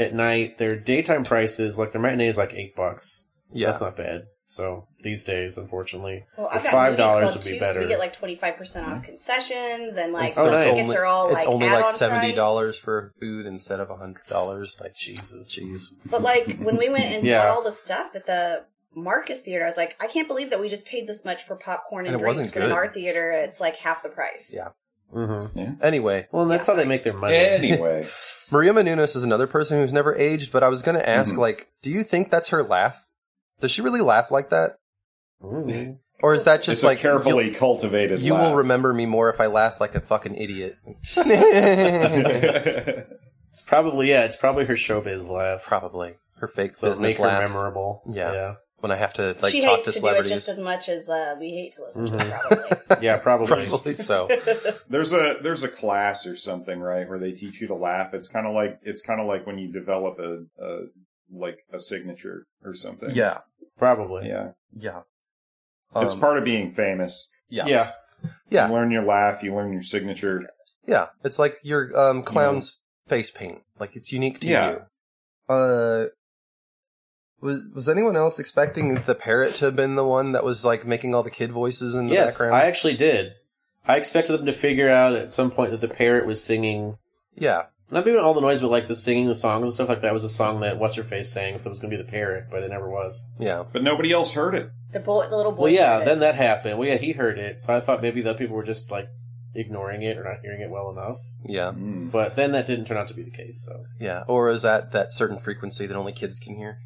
S1: at night. Their daytime prices, like their matinee is like eight bucks.
S2: Yeah.
S1: That's not bad. So these days, unfortunately,
S4: well,
S1: for
S4: I've got
S1: five dollars
S4: Movie Club
S1: would be
S4: too, So
S1: better. Mm-hmm.
S4: we get like twenty five percent off concessions, and like
S1: Oh,
S4: the
S1: nice.
S4: tickets
S2: only,
S4: are all
S2: it's
S4: like
S2: only like
S4: add-on
S2: seventy
S4: price.
S2: dollars for food instead of hundred dollars. Like
S1: Jesus,
S2: jeez.
S4: But like when we went and
S1: Yeah.
S4: bought all the stuff at the Marcus Theater, I was like, I can't believe that we just paid this much for popcorn and,
S2: And it
S4: drinks.
S2: wasn't
S4: but in
S2: good.
S4: our theater, it's like half the price.
S2: Yeah.
S1: Mm-hmm.
S2: Anyway,
S1: Well, and that's how they make their money.
S3: Anyway,
S2: Maria Menounos is another person who's never aged, but I was gonna ask,
S3: Mhm.
S2: like, do you think that's her laugh? Does she really laugh like that?
S1: Mm.
S2: Or is that just
S3: it's
S2: like
S3: a
S2: you'll-
S3: carefully cultivated.
S2: You will remember me more if I laugh like a fucking idiot.
S3: remember.
S1: It's probably yeah. It's probably her showbiz laugh.
S2: Probably her fake
S1: so it'll make
S2: business
S1: her
S2: laugh
S1: memorable.
S2: Yeah.
S1: yeah,
S2: when I have to like
S4: she
S2: talk to,
S4: hates to, do it
S2: celebrities.
S4: just as much as uh, we hate to listen to
S1: Mhm.
S4: it. Probably.
S1: Yeah, Probably.
S2: Probably so.
S3: There's a there's a class or something, right, where they teach you to laugh. It's kind of like it's kind of like when you develop a, a like a signature or something.
S2: yeah,
S1: Probably.
S3: yeah.
S2: yeah.
S3: it's
S2: Um,
S3: part of being famous.
S2: Yeah.
S1: yeah.
S2: Yeah.
S3: You learn your laugh, you learn your signature.
S2: Yeah, it's like your um, clown's face paint. Like it's unique to
S3: Yeah.
S2: you. Uh, was was anyone else expecting the parrot to have been the one that was like making all the kid voices in the
S1: Yes,
S2: background?
S1: I actually did. I expected them to figure out at some point that the parrot was singing,
S2: Yeah.
S1: not even all the noise, but like the singing the songs and stuff like that was a song that What's Her Face sang, so it was going to be the parrot, but it never was.
S2: Yeah.
S3: But nobody else heard it.
S4: The boy, the little boy.
S1: Well, yeah,
S4: heard it.
S1: then that happened. Well, yeah, he heard it, so I thought maybe the people were just like ignoring it or not hearing it well enough.
S2: Yeah.
S3: Mm.
S1: But then that didn't turn out to be the case, so
S2: Yeah. Or is that that certain frequency that only kids can hear?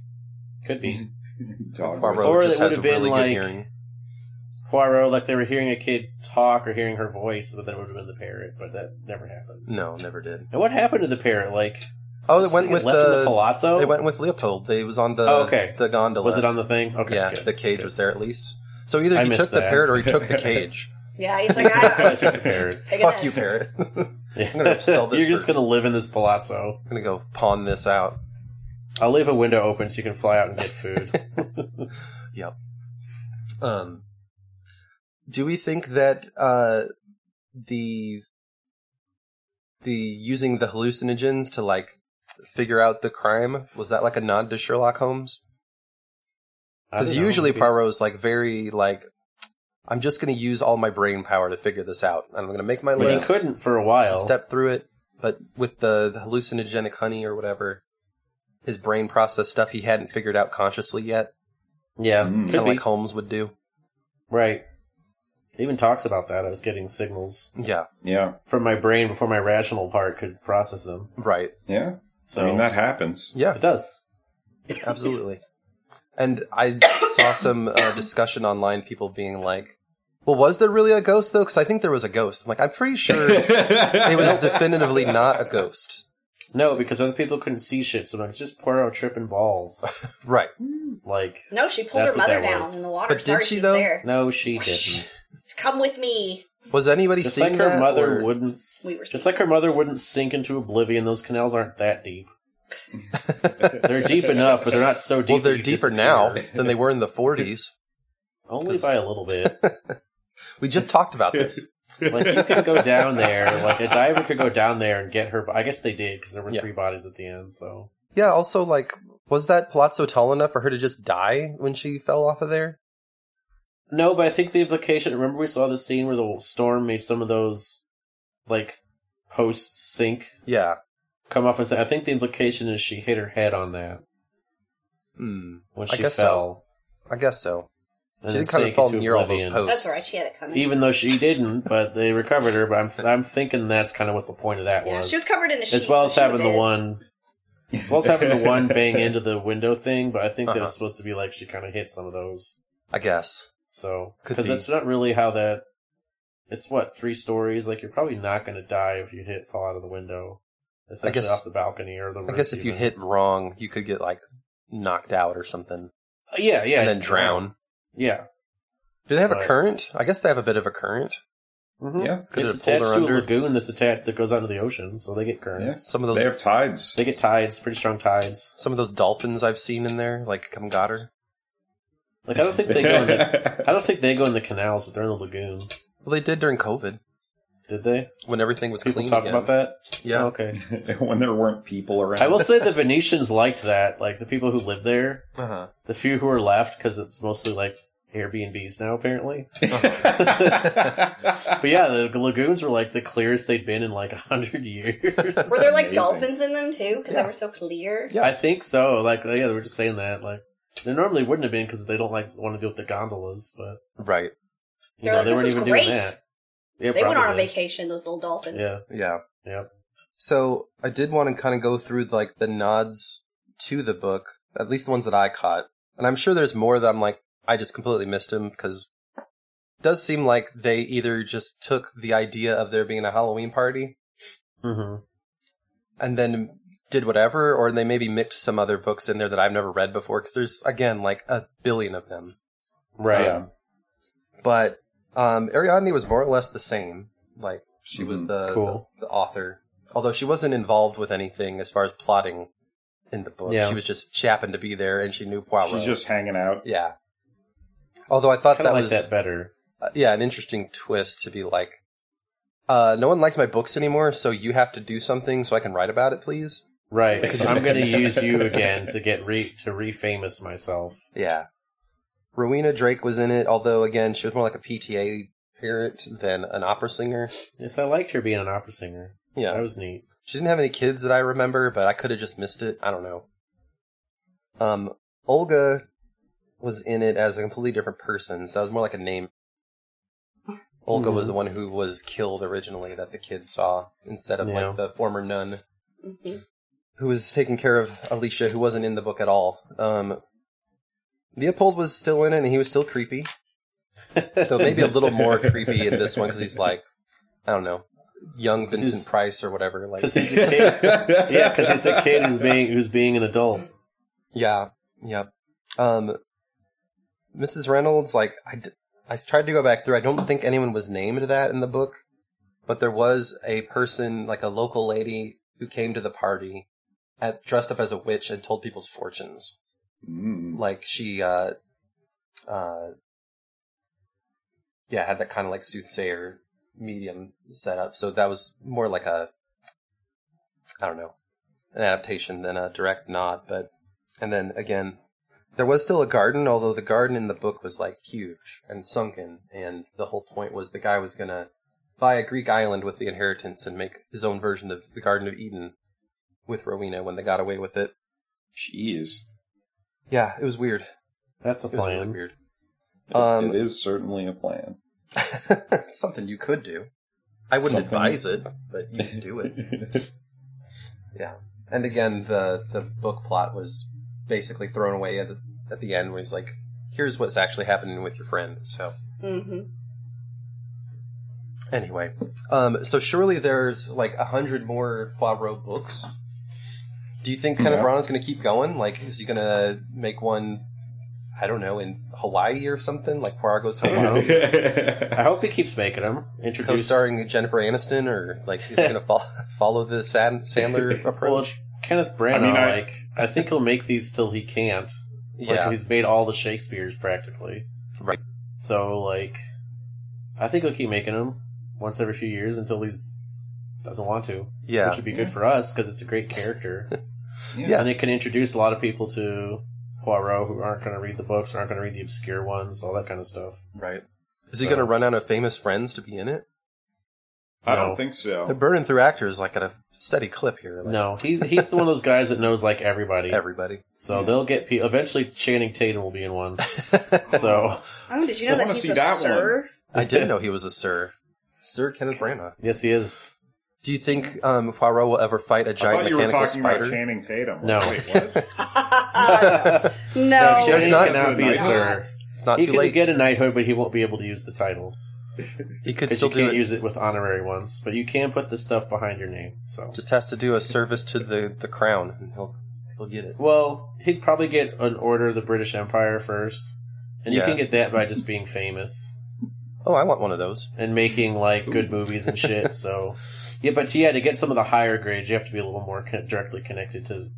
S1: could be.
S3: Dog
S2: Poirot
S1: Or
S2: just
S1: it would
S2: has
S1: have
S2: a really
S1: been
S2: good
S1: like-
S2: hearing.
S1: Poirot, like they were hearing a kid talk or hearing her voice, but that would have been the parrot, but that never happens.
S2: No, never did.
S1: And what happened to the parrot? Like,
S2: Oh,
S1: just
S2: they went
S1: like
S2: with
S1: left in the
S2: the.
S1: palazzo.
S2: They went with Leopold. They was on the
S1: Oh, okay.
S2: the gondola.
S1: Was it on the thing? Okay,
S2: yeah,
S1: good.
S2: the cage was there at least. So either
S1: I
S2: he
S1: missed
S2: took the
S1: that.
S2: parrot or he took the cage.
S4: Yeah, he's like, I,
S1: I took the parrot.
S4: I
S2: Fuck you, parrot. I'm
S1: Yeah.
S2: gonna sell this
S1: You're just
S2: for-
S1: gonna live in this palazzo.
S2: gonna go pawn this out.
S1: I'll leave a window open so you can fly out and get food.
S2: Um, do we think that uh, the the using the hallucinogens to like figure out the crime was that like a nod to Sherlock Holmes?
S1: I
S2: Because
S1: don't know.
S2: usually Poirot's like very like, I'm just going to use all my brain power to figure this out, and I'm going to make my
S1: but he
S2: list,
S1: couldn't for a while.
S2: step through it. But with the, the hallucinogenic honey or whatever, his brain process stuff he hadn't figured out consciously yet,
S1: yeah,
S3: Mm.
S2: kind
S1: could be
S2: of like Holmes would do.
S1: right. He even talks about that. I was getting signals
S2: Yeah,
S3: Yeah,
S1: from my brain before my rational part could process them.
S2: right.
S3: yeah.
S1: So
S3: I mean, that happens.
S2: Yeah,
S1: it does.
S2: Absolutely. And I saw some uh, discussion online, people being like, well, was there really a ghost though? Because I think there was a ghost. I'm like, I'm pretty sure it was definitively not a ghost.
S1: No, because other people couldn't see shit, so it's just Poirot tripping balls.
S2: Right.
S1: like,
S4: No, she pulled
S1: That's
S4: her
S1: what
S4: mother
S1: that
S4: down
S1: was.
S4: in the water.
S2: But did
S4: Sorry,
S2: she,
S4: she, was
S2: though?
S4: there.
S1: no, she didn't.
S4: Come with me.
S2: Was anybody
S1: Just
S2: seeing
S1: like her
S2: that,
S1: mother
S2: or-
S1: wouldn't. s-
S4: We were
S1: just like her mother wouldn't sink into oblivion. Those canals aren't that deep. they're deep enough, but they're not so deep.
S2: Well,
S1: that
S2: they're
S1: you
S2: deeper
S1: disappear.
S2: now than they were in the 40s.
S1: Only by a little bit.
S2: We just talked about this.
S1: Like you could go down there. Like a diver could go down there and get her. I guess they did because there were
S2: Yeah.
S1: three bodies at the end. So
S2: Yeah. Also, like, was that palazzo tall enough for her to just die when she fell off of there?
S1: no, but I think the implication. Remember, we saw the scene where the storm made some of those like posts sink,
S2: Yeah.
S1: come off, and say, I think the implication is she hit her head on that
S2: Hmm.
S1: when
S2: I
S1: she
S2: guess
S1: fell.
S2: I guess so.
S1: and
S2: She
S1: then
S2: did kind of
S1: sank
S2: fall
S1: into
S2: near all those
S1: oblivion.
S2: posts.
S4: That's all right. She had it coming.
S1: even though she didn't, but they recovered her. But I'm I'm thinking that's kind of what the point of that
S4: yeah,
S1: was,
S4: she was covered in a sheet.
S1: as well as
S4: so she
S1: having the
S4: did.
S1: one, as well as having the one bang into the window thing. But I think that
S2: Uh-huh.
S1: was supposed to be like she kind of hit some of those,
S2: I guess.
S1: so
S2: Could
S1: because
S2: be.
S1: that's not really how that. It's what three stories. Like you're probably not going to die if you hit fall out of the window, essentially
S2: guess-
S1: off the balcony or the.
S2: I
S1: roof
S2: guess if you
S1: even.
S2: hit wrong, you could get like knocked out or something,
S1: Uh, yeah, yeah,
S2: and then drown.
S1: Yeah,
S2: Do they have a
S1: Right.
S2: current? I guess they have a bit of a current.
S1: Mhm.
S3: Yeah.
S2: Could
S1: it's
S2: it pull her
S1: attached to
S2: under?
S1: a lagoon that's attached that goes out into the ocean, so they get currents.
S2: Some of
S3: They
S2: those,
S3: have tides.
S1: They get tides, pretty strong tides.
S2: some of those dolphins I've seen in there, like come got her.
S1: Like I don't think they go in the I don't think they go in the canals, but they're in the lagoon.
S2: Well, they did during COVID
S1: Did they?
S2: when everything was
S1: People
S2: clean.
S1: talk
S2: again.
S1: about that?
S2: Yeah,
S1: Oh, okay.
S3: when there weren't people around.
S1: I will say the Venetians liked that. Like the people who live there,
S2: uh-huh.
S1: the few who are left, because it's mostly like Airbnbs now, apparently. But yeah, the lagoons were like the clearest they'd been in like a hundred years.
S4: Were there like
S3: Amazing.
S4: dolphins in them too? Because they were so clear.
S2: Yeah.
S1: I think so. Like yeah, they were just saying that. Like they normally wouldn't have been because they don't like want to deal with the gondolas, but
S2: right.
S1: you
S4: They're
S1: know
S4: like,
S1: they
S4: "This
S1: weren't
S4: is
S1: even
S4: great."
S1: doing that. Yeah,
S4: they went on a
S1: probably.
S4: vacation. Those little dolphins.
S1: Yeah,
S2: Yeah.
S1: yeah.
S2: So I did want to kind of go through like the nods to the book, at least the ones that I caught, and I'm sure there's more that I'm like I just completely missed him because it does seem like they either just took the idea of there being a Halloween party
S1: hmm
S2: and then did whatever, or they maybe mixed some other books in there that I've never read before because there's again like a billion of them.
S1: Right.
S3: Yeah.
S2: But um, Ariadne was more or less the same. Like she was
S3: Mhm,
S2: the,
S1: cool.
S2: the the author, although she wasn't involved with anything as far as plotting in the book.
S1: Yeah.
S2: She was just she happened to be there and she knew Poirot.
S3: She's just hanging out.
S2: yeah. Although I thought
S1: Kind
S2: that
S1: of like
S2: was
S1: that better.
S2: uh, yeah an interesting twist to be like, uh, no one likes my books anymore, so you have to do something so I can write about it, please.
S1: Right. So I'm going to use you again to get re to refamous myself.
S2: Yeah. Rowena Drake was in it, although again she was more like a PTA parent than an opera singer.
S1: Yes, I liked her being an opera singer.
S2: Yeah.
S1: That was neat.
S2: She didn't have any kids that I remember, but I could have just missed it. I don't know. Um, Olga was in it as a completely different person, so that was more like a name. Olga was
S1: Mhm.
S2: the one who was killed originally that the kids saw instead of
S1: Yeah.
S2: like the former nun
S4: hmm
S2: who was taking care of Alicia, who wasn't in the book at all. Um, Leopold was still in it, and he was still creepy, though maybe a little more creepy in this one because he's like, I don't know, young
S1: This
S2: Vincent
S1: is-
S2: Price or whatever. Like,
S1: Because he's a kid. yeah, because he's a kid who's being who's being an adult.
S2: Yeah, yep. Um, Mrs. Reynolds, like I, d- I tried to go back through. I don't think anyone was named that in the book, but there was a person, like a local lady, who came to the party, at, dressed up as a witch and told people's fortunes.
S3: Mm.
S2: Like she, uh, uh, yeah, had that kind of like soothsayer medium set up. So that was more like a, I don't know, an adaptation than a direct nod. But and then again, there was still a garden, although the garden in the book was like huge and sunken, and the whole point was the guy was gonna buy a Greek island with the inheritance and make his own version of the Garden of Eden with Rowena when they got away with it.
S3: Jeez.
S2: Yeah, it was weird.
S1: That's a
S2: It was really
S1: plan.
S2: weird. Um,
S3: it is certainly a plan.
S2: something you could do. I wouldn't
S3: Something-
S2: advise it, but you could do it. yeah. And again, the the book plot was basically thrown away at the, at the end when he's like, "Here's what's actually happening with your friend." So
S4: Mm-hmm.
S2: anyway, um, so surely there's like a hundred more Poirot books. Do you think Kenneth
S3: Yeah.
S2: Branagh's going to keep going? Like, is he going to make one? I don't know, in Hawaii or something. Like Poirot goes to Hawaii.
S1: I hope he keeps making them. Introduce.
S2: co-starring Jennifer Aniston, or like he's gonna fo- follow the Sad- Sandler
S1: Well,
S2: approach.
S1: it's Kenneth Branagh.
S3: I mean, I-
S1: like I think he'll make these till he can't. Like
S2: yeah,
S1: he's made all the Shakespeare's practically.
S2: Right.
S1: So like, I think he'll keep making them once every few years until he doesn't want to,
S2: yeah,
S1: which would be good for us because it's a great character.
S2: Yeah.
S1: and it can introduce a lot of people to Poirot who aren't going to read the books, aren't going to read the obscure ones, all that kind of stuff.
S2: right. Is he
S1: So-
S2: gonna run out of famous friends to be in it?
S3: I
S1: No.
S3: don't think
S2: They're
S3: so.
S2: burning through actors like at a steady clip here. Like,
S1: No, he's he's the one of those guys that knows like everybody.
S2: everybody.
S1: so they'll get pe- eventually. Channing Tatum will be in one. So
S4: Oh, did you
S3: I
S4: know that
S3: wanna
S4: he's
S3: see
S4: a
S3: that
S4: sir?
S2: I didn't know he was a Sir, Sir Kenneth Branagh.
S1: yes, he is.
S2: Do you think um, Poirot will ever fight a
S3: I
S2: giant
S3: thought you were
S2: mechanical
S3: talking
S2: spider?
S3: about Channing Tatum.
S1: No.
S3: Wait, what?
S4: no.
S1: Channing
S2: not-
S1: cannot be a sir.
S2: it's not
S1: He
S2: too
S1: can
S2: late.
S1: get a knighthood, but he won't be able to use the title
S2: he could
S1: because
S2: still
S1: you
S2: do
S1: can't
S2: it.
S1: use it with honorary ones. But you can put the stuff behind your name. So
S2: Just has to do a service to the the crown, and he'll he'll get it.
S1: well, he'd probably get an order of the British Empire first, and you
S2: Yeah.
S1: can get that by just being famous.
S2: Oh, I want one of those.
S1: and making like good movies and shit. So, yeah, but yeah, to get some of the higher grades, you have to be a little more con- directly connected to,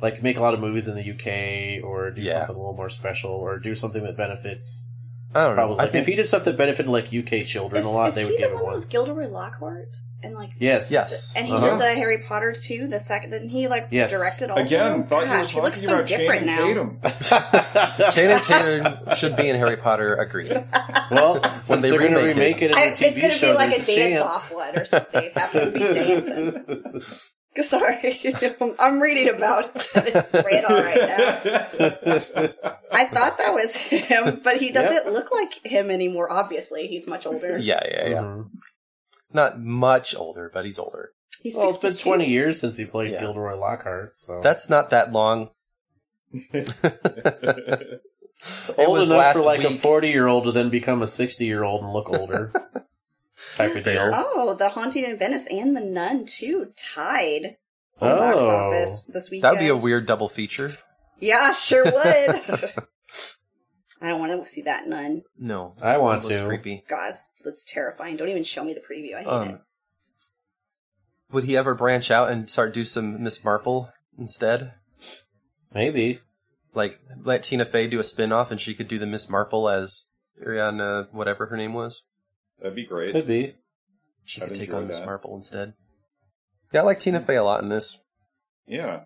S1: like, make a lot of movies in the UK or do
S2: Yeah.
S1: something a little more special or do something that benefits.
S2: I don't know.
S1: Probably,
S2: I
S1: like, if he did something that benefited like UK children
S4: Is,
S1: a lot,
S4: is
S1: they
S4: he
S1: would
S4: the
S1: give him
S4: one that
S1: one.
S4: was Gilderoy Lockhart? And like,
S1: Yes,
S2: Yes.
S4: and he
S1: Uh-huh.
S4: did the Harry Potter too. The second, then he like
S1: Yes.
S4: directed also.
S3: Again, thought you were
S4: Gosh,
S3: talking
S4: he looks so
S3: about
S4: different
S3: Channing
S4: now.
S2: Channing
S3: Tatum.
S2: Tatum should be in Harry Potter. Agreed.
S1: well, since
S2: they
S1: they're going to
S2: remake it.
S1: remake it, in
S4: I,
S1: the
S4: it's
S1: TV
S4: going to
S1: show,
S4: be like a
S1: there's
S4: dance-off
S1: chance.
S4: one or something. Have him be dancing. Sorry, I'm reading about it. radar right uh. now. I thought that was him, but he doesn't look like him anymore. Obviously, he's much older.
S2: Yeah, yeah, yeah.
S1: Mhm.
S2: Not much older, but he's older.
S4: He's
S1: Well, it's been
S4: 62.
S1: 20 years since he played
S2: Yeah.
S1: Gilderoy Lockhart, so
S2: That's not that long.
S1: it's
S2: it
S1: old
S2: was
S1: enough
S2: last
S1: for like a
S2: week.
S1: 40 year old to then become a 60 year old and look older type of deal.
S4: Oh, The Haunting in Venice and The Nun too tied on the box
S1: Oh.
S4: office this weekend.
S2: That would be a weird double feature.
S4: Yeah, sure would. I don't want to see that nun,
S2: No,
S1: I want
S2: That looks
S1: to.
S2: creepy.
S4: guys. That's terrifying. Don't even show me the preview. I hate it.
S2: Um, would he ever branch out and start do some Miss Marple instead?
S1: Maybe.
S2: Like let Tina Fey do a spin off and she could do the Miss Marple as Ariana, whatever her name was.
S3: That'd be great.
S1: Could be.
S2: She
S3: I'd
S2: could take
S3: enjoy
S2: on Miss
S3: that.
S2: Marple instead. Yeah, I like Tina Fey a lot in this.
S3: Yeah.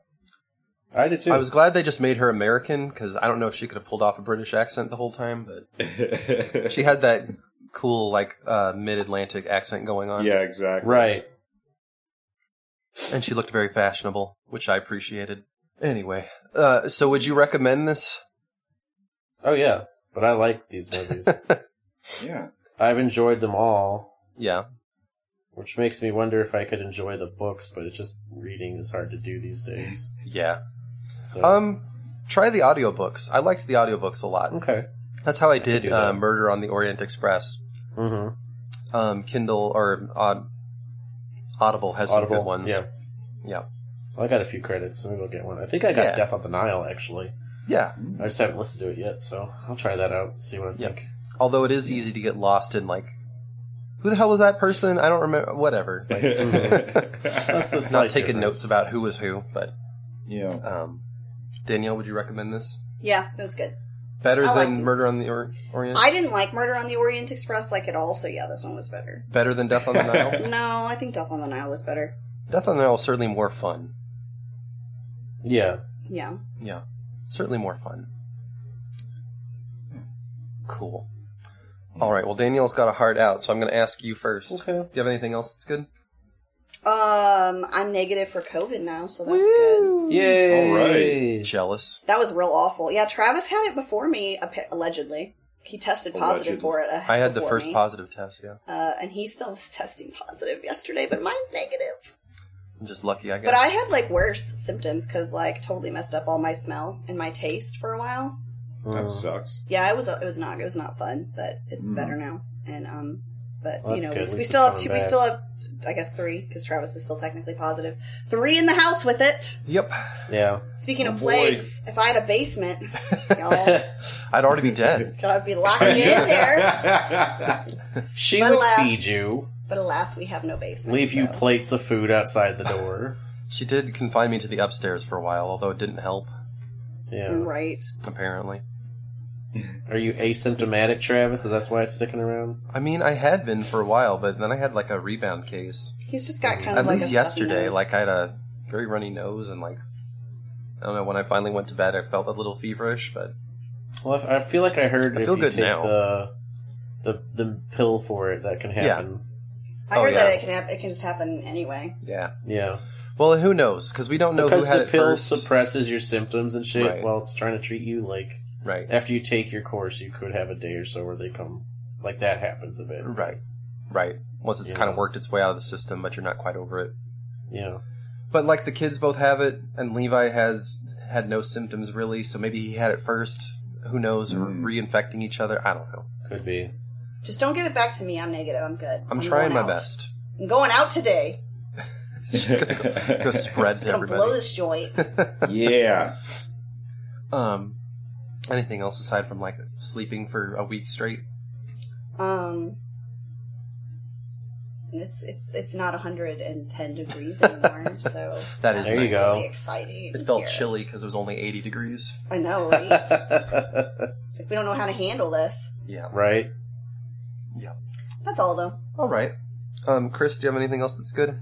S1: I did too.
S2: I was glad they just made her American because I don't know if she could have pulled off a British accent the whole time, but she had that cool like uh, mid Atlantic accent going on.
S3: Yeah, exactly.
S1: Right.
S2: And she looked very fashionable, which I appreciated. Anyway, uh, so would you recommend this?
S1: Oh yeah, but I like these movies.
S3: Yeah.
S1: I've enjoyed them all,
S2: Yeah.
S1: which makes me wonder if I could enjoy the books, but it's just reading is hard to do these days.
S2: Yeah.
S1: So
S2: Um try the audiobooks. I liked the audiobooks a lot.
S1: okay,
S2: That's how I did
S1: do that.
S2: uh, Murder on the Orient Express.
S1: hmm
S2: Um Kindle or Aud- Audible has some good ones.
S1: Yeah,
S2: Yeah.
S1: I got a few credits, so maybe I'll get one. I think I got
S2: Yeah.
S1: Death on the Nile actually.
S2: Yeah.
S1: I just haven't listened to it yet, so I'll try that out. See what I
S2: Yep.
S1: think.
S2: Although it is easy to get lost in like who the hell was that person? I don't remember whatever. Like,
S1: That's the
S2: not
S1: slight
S2: taking notes
S1: difference.
S2: about who was who, but
S3: yeah.
S2: um Danielle, would you recommend this?
S4: Yeah, it was good.
S2: Better
S4: I like
S2: than
S4: this.
S2: Murder on the or- Orient?
S4: I didn't like Murder on the Orient Express like at all, so yeah, this one was better.
S2: Better than Death on the Nile?
S4: No, I think Death on the Nile was better.
S2: Death on the Nile is certainly more fun.
S1: Yeah.
S4: Yeah.
S2: Yeah. Certainly more fun. Cool. All right. Well, Danielle's got a heart out, so I'm going to ask you first. Do
S1: Okay.
S2: you have anything else that's good?
S4: Um, I'm negative for COVID now, so that's good.
S1: Yay!
S3: Alright.
S2: Jealous.
S4: That was real awful. Yeah, Travis had it before me, appa- allegedly. He tested positive
S3: Allegedly.
S4: for it. uh,
S2: I had the
S4: before
S2: first
S4: me.
S2: positive test, yeah.
S4: uh, and he still was testing positive yesterday, but mine's negative.
S2: I'm just lucky, I guess.
S4: But I had like worse symptoms because like totally messed up all my smell and my taste for a while.
S3: That
S1: Mm.
S3: sucks.
S4: Yeah, it was it was not it was not fun, but it's
S3: Mm.
S4: better now. And um, but
S1: Well,
S4: you
S1: that's
S4: know
S1: good. At
S4: we, we
S1: least
S4: still
S1: it's coming
S4: have two. We
S1: back.
S4: still have I guess three because Travis is still technically positive. Three in the house with it.
S2: Yep.
S1: Yeah.
S4: Speaking
S3: Oh,
S4: of
S3: boy.
S4: plagues, if I had a basement, y'all,
S2: I'd already be dead.
S4: I'd be locked in there.
S1: She
S4: But
S1: would
S4: alas-
S1: feed you,
S4: But alas, we have no basement.
S1: leave you
S4: so.
S1: plates of food outside the door.
S2: She did confine me to the upstairs for a while, although it didn't help,
S1: Yeah.
S4: Right.
S2: apparently.
S1: Are you asymptomatic, Travis? Is that why it's sticking around?
S2: I mean, I had been for a while, but then I had like a rebound case.
S4: He's just
S1: Mm.
S4: got kind of
S2: at
S4: like a
S2: least
S4: stuffy
S2: yesterday
S4: nose.
S2: like i had a very runny nose and like i don't know when i finally went to bed i felt a little feverish but
S1: Well, I I feel like I heard
S2: I
S1: if
S2: feel
S1: you
S2: good
S1: take
S2: now.
S1: the the the pill for it, that can happen.
S4: I
S2: Oh,
S4: heard
S2: yeah.
S4: that it can hap- it can just happen anyway.
S2: yeah
S1: Yeah,
S2: well who knows because we don't know
S1: because
S2: who had
S1: the
S2: it
S1: pill
S2: first
S1: suppresses your symptoms and shit
S2: Right.
S1: while it's trying to treat you. Like
S2: right
S1: after you take your course, you could have a day or so where they come. Like that happens a bit.
S2: right right once it's
S1: Yeah.
S2: kind of worked its way out of the system but you're not quite over it
S1: Yeah,
S2: but like the kids both have it and levi has had no symptoms really so maybe he had it first who knows
S3: Mm.
S2: re- reinfecting each other i don't know
S1: could be.
S4: Just don't give it back to me. I'm negative. I'm good.
S2: i'm, trying
S4: going
S2: my
S4: out.
S2: best
S4: I'm going out today.
S2: just gonna go spread to
S4: I'm gonna blow
S2: everybody
S4: this joint.
S3: yeah.
S2: um anything else aside from like sleeping for a week straight
S4: Um, it's it's it's not 110 degrees anymore, so
S2: That is
S1: There you
S4: actually
S1: go.
S4: Exciting.
S2: It felt
S4: here.
S2: chilly because it was only 80 degrees.
S4: I know. Right?
S1: right?
S4: it's like we don't know how to handle this.
S2: Yeah.
S4: That's all though.
S2: All right. Um, Chris, do you have anything else that's good?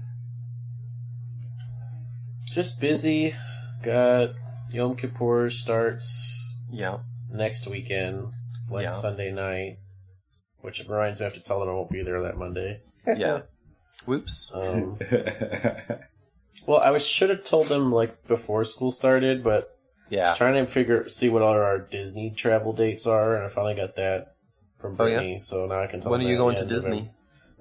S1: Just busy. Got Yom Kippur starts
S2: Yeah.
S1: next weekend, like
S2: Yeah.
S1: Sunday night. Which reminds me, I have to tell them I won't be there that Monday.
S2: Yeah. Whoops.
S1: Um, Well, I was, should have told them like before school started, but I
S2: Yeah.
S1: was trying to figure see what all our Disney travel dates are, and I finally got that from
S2: Oh, yeah?
S1: Brittany. So now I can tell.
S2: When are
S1: them
S2: you
S1: that,
S2: going
S1: yeah,
S2: to Disney?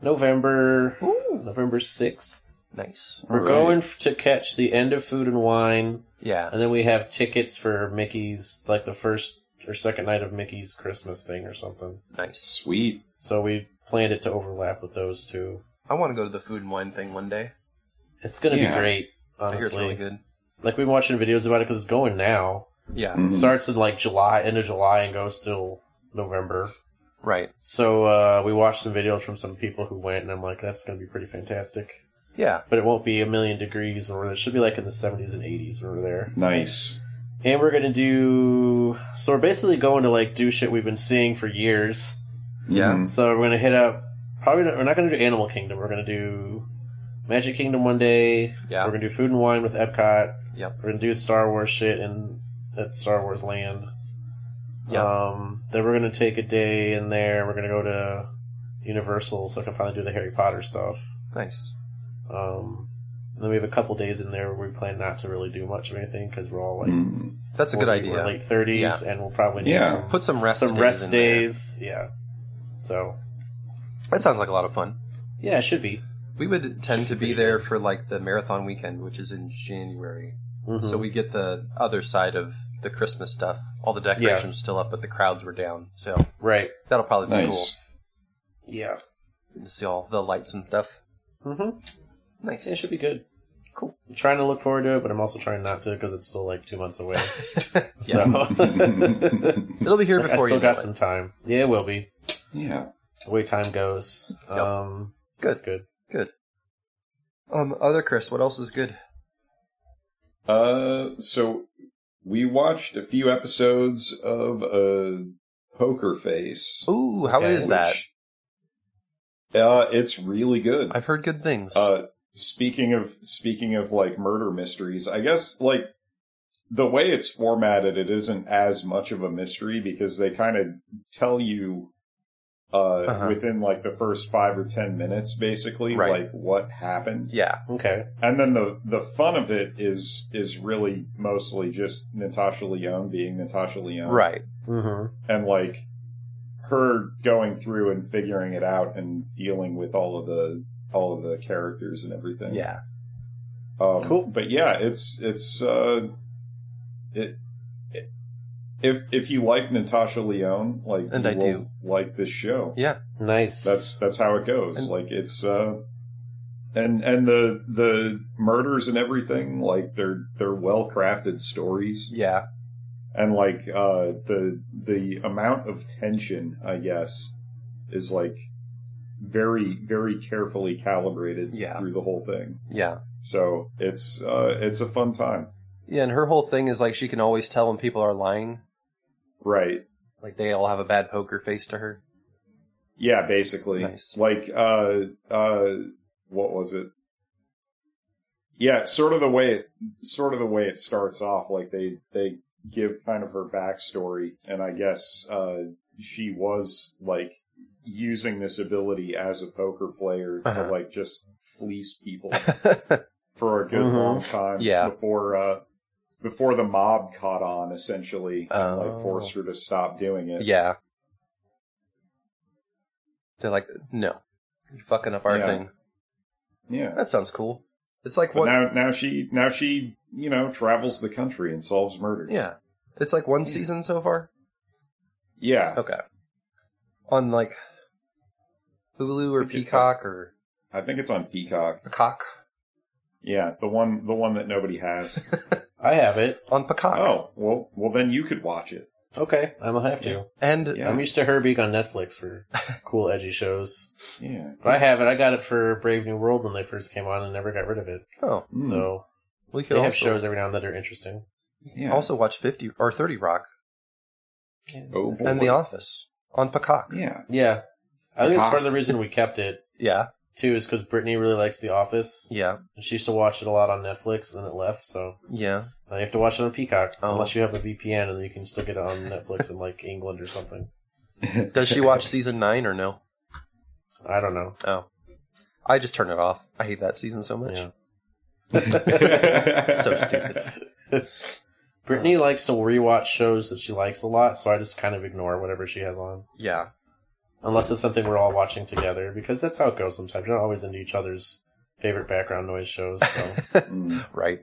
S1: November
S2: Ooh.
S1: November sixth.
S2: Nice.
S1: We're
S3: All right.
S1: going f- to catch the end of Food and Wine,
S2: Yeah.
S1: and then we have tickets for Mickey's like the first or second night of Mickey's Christmas thing or something.
S2: Nice.
S3: Sweet.
S1: So we planned it to overlap with those two.
S2: I want to go to the food and wine thing one day.
S1: It's gonna
S3: Yeah.
S1: be great,
S2: I hear it's
S1: honestly.
S2: really good.
S1: Like we've been watching videos about it because it's going now.
S2: Yeah.
S3: Mhm.
S1: starts in like July, end of July, and goes till November.
S2: Right.
S1: So uh, we watched some videos from some people who went, and I'm like, that's going to be pretty fantastic.
S2: Yeah.
S1: But it won't be a million degrees, or it should be like in the 70s and 80s when we're there.
S3: Nice.
S1: And we're going to do. So we're basically going to like do shit we've been seeing for years. Mm-hmm.
S2: Yeah.
S3: Mhm.
S1: So we're going to hit up. Probably not, we're not going to do Animal Kingdom. We're going to do Magic Kingdom one day.
S2: Yeah.
S1: We're going to do Food and Wine with Epcot.
S2: Yep.
S1: We're going to do Star Wars shit in at Star Wars Land.
S2: Yeah.
S1: Um, then we're gonna take a day in there. We're gonna go to Universal, so I can finally do the Harry Potter stuff.
S2: Nice.
S1: Um, and then we have a couple days in there where we plan not to really do much of anything because we're all like
S3: Mm.
S2: That's a good
S1: 40 We're
S2: idea.
S1: late thirties, and we'll probably need
S3: Yeah.
S1: some
S2: Put some rest
S1: some
S2: days
S1: rest
S2: in there.
S1: days. Yeah. So
S2: That sounds like a lot of fun.
S1: yeah, it should be.
S2: We would tend to
S1: Should
S2: be
S1: be
S2: there for like the marathon weekend, which is in January.
S1: Mhm.
S2: So we get the other side of the Christmas stuff. All the decorations were still up, but the crowds were down. So
S1: right.
S2: that'll probably be
S3: Nice.
S1: Yeah.
S2: cool to see all the lights and stuff.
S1: hmm
S2: Nice.
S1: It should be good.
S2: Cool.
S1: I'm trying to look forward to it, but I'm also trying not to because it's still like two months away.
S2: yeah.
S1: So
S2: It'll be here
S1: Like, I
S2: before
S1: still
S2: you know it.
S1: got some time. Yeah, it will be.
S3: yeah.
S1: The way time goes.
S2: Yep.
S1: Um
S2: Good.
S1: that's good.
S2: Good. Um, other Chris, what else is good?
S3: Uh, so we watched a few episodes of uh, Poker Face.
S2: Ooh, how is
S1: Okay.
S2: that?
S3: which- Uh, it's really good.
S2: I've heard good things.
S3: Uh, speaking of speaking of like murder mysteries, I guess like the way it's formatted, it isn't as much of a mystery because they kind of tell you uh,
S2: Uh-huh.
S3: within like the first five or ten minutes, basically,
S2: Right.
S3: like what happened
S2: yeah.
S1: Okay.
S3: and then the the fun of it is is really mostly just Natasha Leone being Natasha Leone,
S2: Right.
S1: Mm-hmm.
S3: And like her going through and figuring it out and dealing with all of the all of the characters and everything.
S2: Yeah.
S3: um,
S1: Cool.
S3: But yeah, it's it's uh, it, it- if if you like Natasha Leone, like
S2: And
S3: you
S2: I
S3: will
S2: do.
S3: like this show
S2: Yeah.
S1: Nice.
S3: that's that's how it goes
S2: And-
S3: like it's uh and and the the murders and everything like they're they're well crafted stories
S2: Yeah.
S3: and like uh the the amount of tension i guess is like very very carefully calibrated
S2: Yeah.
S3: through the whole thing
S2: Yeah.
S3: so it's uh it's a fun time
S2: Yeah. And her whole thing is like she can always tell when people are lying.
S3: right
S2: Like they all have a bad poker face to her.
S3: yeah basically
S2: Nice.
S3: like uh uh what was it yeah sort of the way it sort of the way it starts off like they they give kind of her backstory and i guess uh she was like using this ability as a poker player
S2: Uh-huh.
S3: to like just fleece people for a good
S1: Mhm.
S3: long time
S2: Mm-hmm. Yeah.
S3: before uh before the mob caught on essentially and
S2: Oh.
S3: like forced her to stop doing it
S2: yeah. They're like, no, you're fucking up our
S3: Yeah.
S2: thing.
S3: yeah
S2: That sounds cool. It's like
S3: But
S2: one.
S3: now, now she, now she, you know, travels the country and solves murders.
S2: yeah. It's like one season so far.
S3: yeah.
S2: Okay. On like Hulu or
S3: Think it's
S2: Peacock or
S3: I think it's on Peacock.
S2: Peacock.
S3: Yeah, the one, the one that nobody has.
S1: I have it.
S2: On Peacock.
S3: oh, well, well, then you could watch it.
S1: Okay. I'm gonna have to.
S2: And
S3: Yeah.
S1: I'm used to her being on Netflix for cool edgy shows.
S3: Yeah.
S1: But I have it. I got it for Brave New World when they first came on and never got rid of it.
S2: oh,
S3: Mm.
S1: So
S2: we could
S1: they have
S2: also,
S1: shows every now and then that are interesting.
S3: yeah.
S2: also watch 50 or 30 Rock
S3: oh, boy.
S2: and The Office on Peacock.
S3: yeah,
S1: Yeah. I think that's
S3: Ah.
S1: part of the reason we kept it
S2: Yeah.
S1: too, is because Brittany really likes The Office.
S2: Yeah.
S1: And she used to watch it a lot on Netflix and then it left, so
S2: Yeah.
S1: now you have to watch it on Peacock.
S2: Oh.
S1: Unless you have a VPN and you can still get it on Netflix in like England or something.
S2: Does she watch season 9 or no?
S1: I don't know.
S2: Oh. I just turn it off. I hate that season so much.
S1: Yeah.
S2: So stupid.
S1: Brittany likes to rewatch shows that she likes a lot, so I just kind of ignore whatever she has on.
S2: Yeah.
S1: Unless it's something we're all watching together, because that's how it goes sometimes. You're not always into each other's favorite background noise shows. So.
S3: Mm.
S2: Right.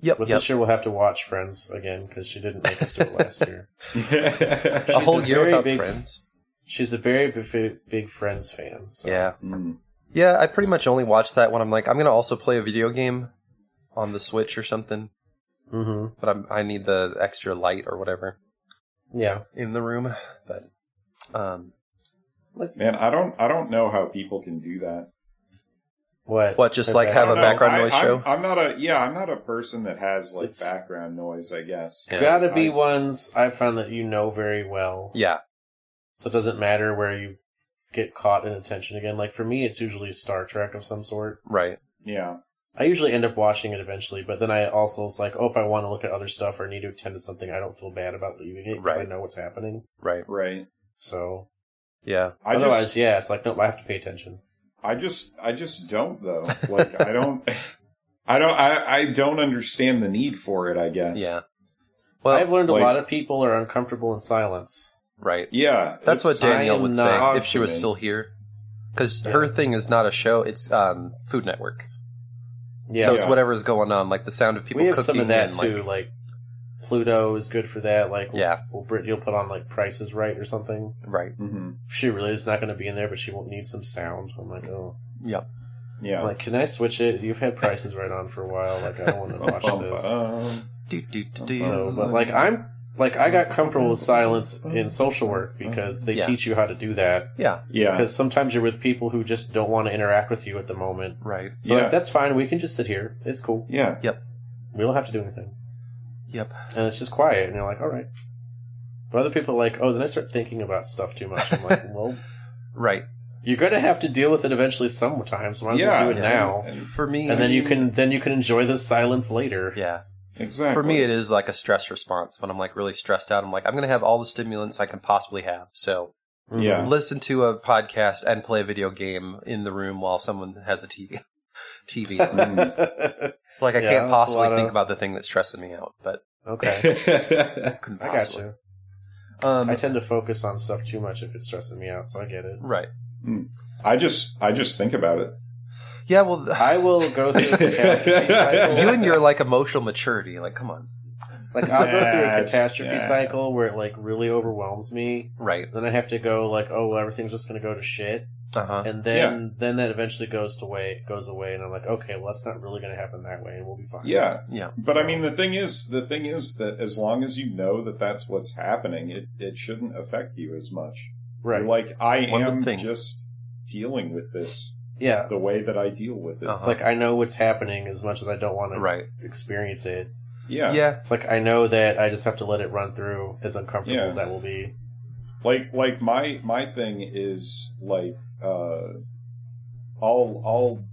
S2: Yep.
S1: But
S2: yep.
S1: this year we'll have to watch Friends again, because she didn't make us do it last year.
S2: a
S1: she's
S2: whole
S1: a
S2: year
S1: very
S2: without
S1: big-
S2: friends.
S1: She's a very big, big Friends fan. So.
S2: Yeah.
S3: Mm.
S2: Yeah, I pretty much only watch that when I'm like, I'm gonna also play a video game on the Switch or something,
S1: hmm
S2: but I'm, I need the extra light or whatever
S1: Yeah.
S2: in the room. But um,
S3: Man, I don't, I don't know how people can do that.
S1: What?
S2: What, just
S1: Her
S2: like
S1: back-
S3: I
S2: Have a
S3: don't know.
S2: background
S3: I-
S2: noise
S3: I'm-
S2: show?
S3: I'm not a, yeah, I'm not a person that has like
S1: It's-
S3: background noise. I guess.
S2: Yeah.
S1: Gotta be
S3: I-
S1: ones I found that you know very well.
S2: yeah,
S1: So it doesn't matter where you get caught in attention again. Like for me, it's usually Star Trek of some sort.
S2: right.
S3: Yeah.
S1: I usually end up watching it eventually, but then I also it's like, oh, if I want to look at other stuff or need to attend to something, I don't feel bad about leaving it because I
S2: Right.
S1: know what's happening.
S2: Right.
S3: Right.
S1: So
S2: Yeah.
S3: I
S1: Otherwise,
S3: just,
S1: yeah, it's like nope, I have to pay attention.
S3: I just, I just don't though. Like, I don't, I don't, I, I don't understand the need for it. I guess.
S2: Yeah.
S1: I've
S2: Well,
S1: learned
S3: like-
S1: a lot of people are uncomfortable in silence.
S2: right.
S3: Yeah.
S2: That's what
S3: it's-
S2: Danielle
S1: I'm
S2: would say
S1: not
S2: if she was
S3: listening.
S2: still here. Because
S1: Yeah.
S2: her thing is not a show; it's um, Food Network.
S1: Yeah,
S2: So it's
S3: Yeah.
S2: whatever's going on, like the sound of people
S1: we have
S2: cooking
S1: some of that
S2: and
S1: too.
S2: like
S1: Like, Pluto is good for that. Like,
S2: yeah,
S1: well, Brit, you'll put on like prices right or something.
S2: right,
S3: Mhm.
S1: She really is not going to be in there, but she won't need some sound. I'm like, oh,
S2: yep,
S3: Yeah.
S1: I'm like can I switch it? You've had prices right on for a while. Like, I don't want to watch this.
S3: Um,
S2: do do do do.
S3: Oh,
S1: So, but like I'm like I got comfortable with silence in social work because they
S2: Yeah.
S1: teach you how to do that.
S2: yeah,
S3: yeah.
S1: Because sometimes you're with people who just don't want to interact with you at the moment.
S2: right,
S1: So
S3: Yeah.
S1: like that's fine. We can just sit here. It's cool.
S3: Yeah.
S1: We don't have to do anything,
S2: yep,
S1: and it's just quiet. And you're like, all right. But other people are like, oh, then I start thinking about stuff too much. I'm like, well,
S2: right.
S1: you're gonna have to deal with it eventually sometimes. Why don't
S3: Yeah.
S1: do it now?
S3: And-
S2: For me,
S1: And then you can then you can enjoy the silence later.
S2: yeah.
S3: Exactly.
S2: For me, it is like a stress response when I'm like really stressed out. I'm like, I'm gonna have all the stimulants I can possibly have. So
S1: Mhm.
S3: Yeah.
S2: listen to a podcast and play a video game in the room while someone has the TV. TV. on.
S1: Mm-hmm.
S3: Mm-hmm.
S2: It's like I
S1: Yeah,
S2: can't
S1: that's a
S2: possibly
S1: lot of-
S2: think about the thing that's stressing me out, but
S1: okay.
S2: couldn't
S1: I got
S2: possibly.
S1: you.
S2: Um,
S1: I tend to focus on stuff too much if it's stressing me out, so I get it.
S2: right.
S3: I just, I just think about it.
S2: Yeah. Well, th-
S1: I will go through a catastrophe cycle.
S2: you and your like emotional maturity. Like, come on.
S1: like I'll go through a
S3: That's-
S1: catastrophe
S3: yeah.
S1: cycle where it like really overwhelms me.
S2: Right.
S1: Then I have to go like, oh, well, everything's just going to go to shit,
S2: Uh huh.
S1: and then then that eventually goes to way goes away, and I'm like, okay, well, that's not really going to happen that way, and we'll be fine.
S3: Yeah.
S2: Yeah.
S3: But I
S1: So-
S3: mean, the thing is, the thing is that as long as you know that that's what's happening, it, it shouldn't affect you as much.
S1: right.
S3: Like I
S2: One would
S3: am
S2: think.
S3: just dealing with this
S1: yeah,
S3: the way that I deal with it.
S2: Uh-huh.
S1: it's like I know what's happening as much as I don't want to
S2: Right.
S1: experience it.
S3: Yeah.
S2: Yeah.
S1: It's like I know that I just have to let it run through, as uncomfortable
S3: Yeah.
S1: as that will be.
S3: Like like my my thing is like uh I'll I'll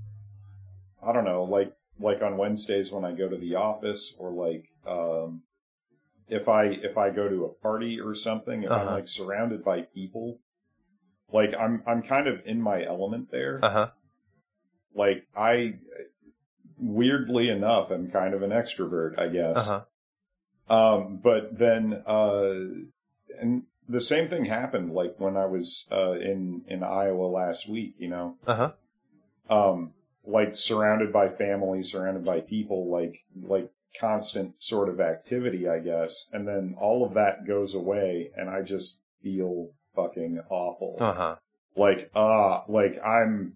S3: I don't know, like like on Wednesdays when I go to the office or like um if I if I go to a party or something, if I'm
S2: Uh-huh.
S3: like surrounded by people, like I'm I'm kind of in my element there.
S2: Uh huh.
S3: Like I weirdly enough am kind of an extrovert, I guess.
S2: Uh huh.
S3: Um, but then, uh, and the same thing happened, like when I was, uh, in, in Iowa last week, you know,
S2: Uh huh.
S3: um, like surrounded by family, surrounded by people, like, like constant sort of activity, I guess. And then all of that goes away and I just feel fucking awful.
S2: Uh huh.
S3: Like, ah, like I'm,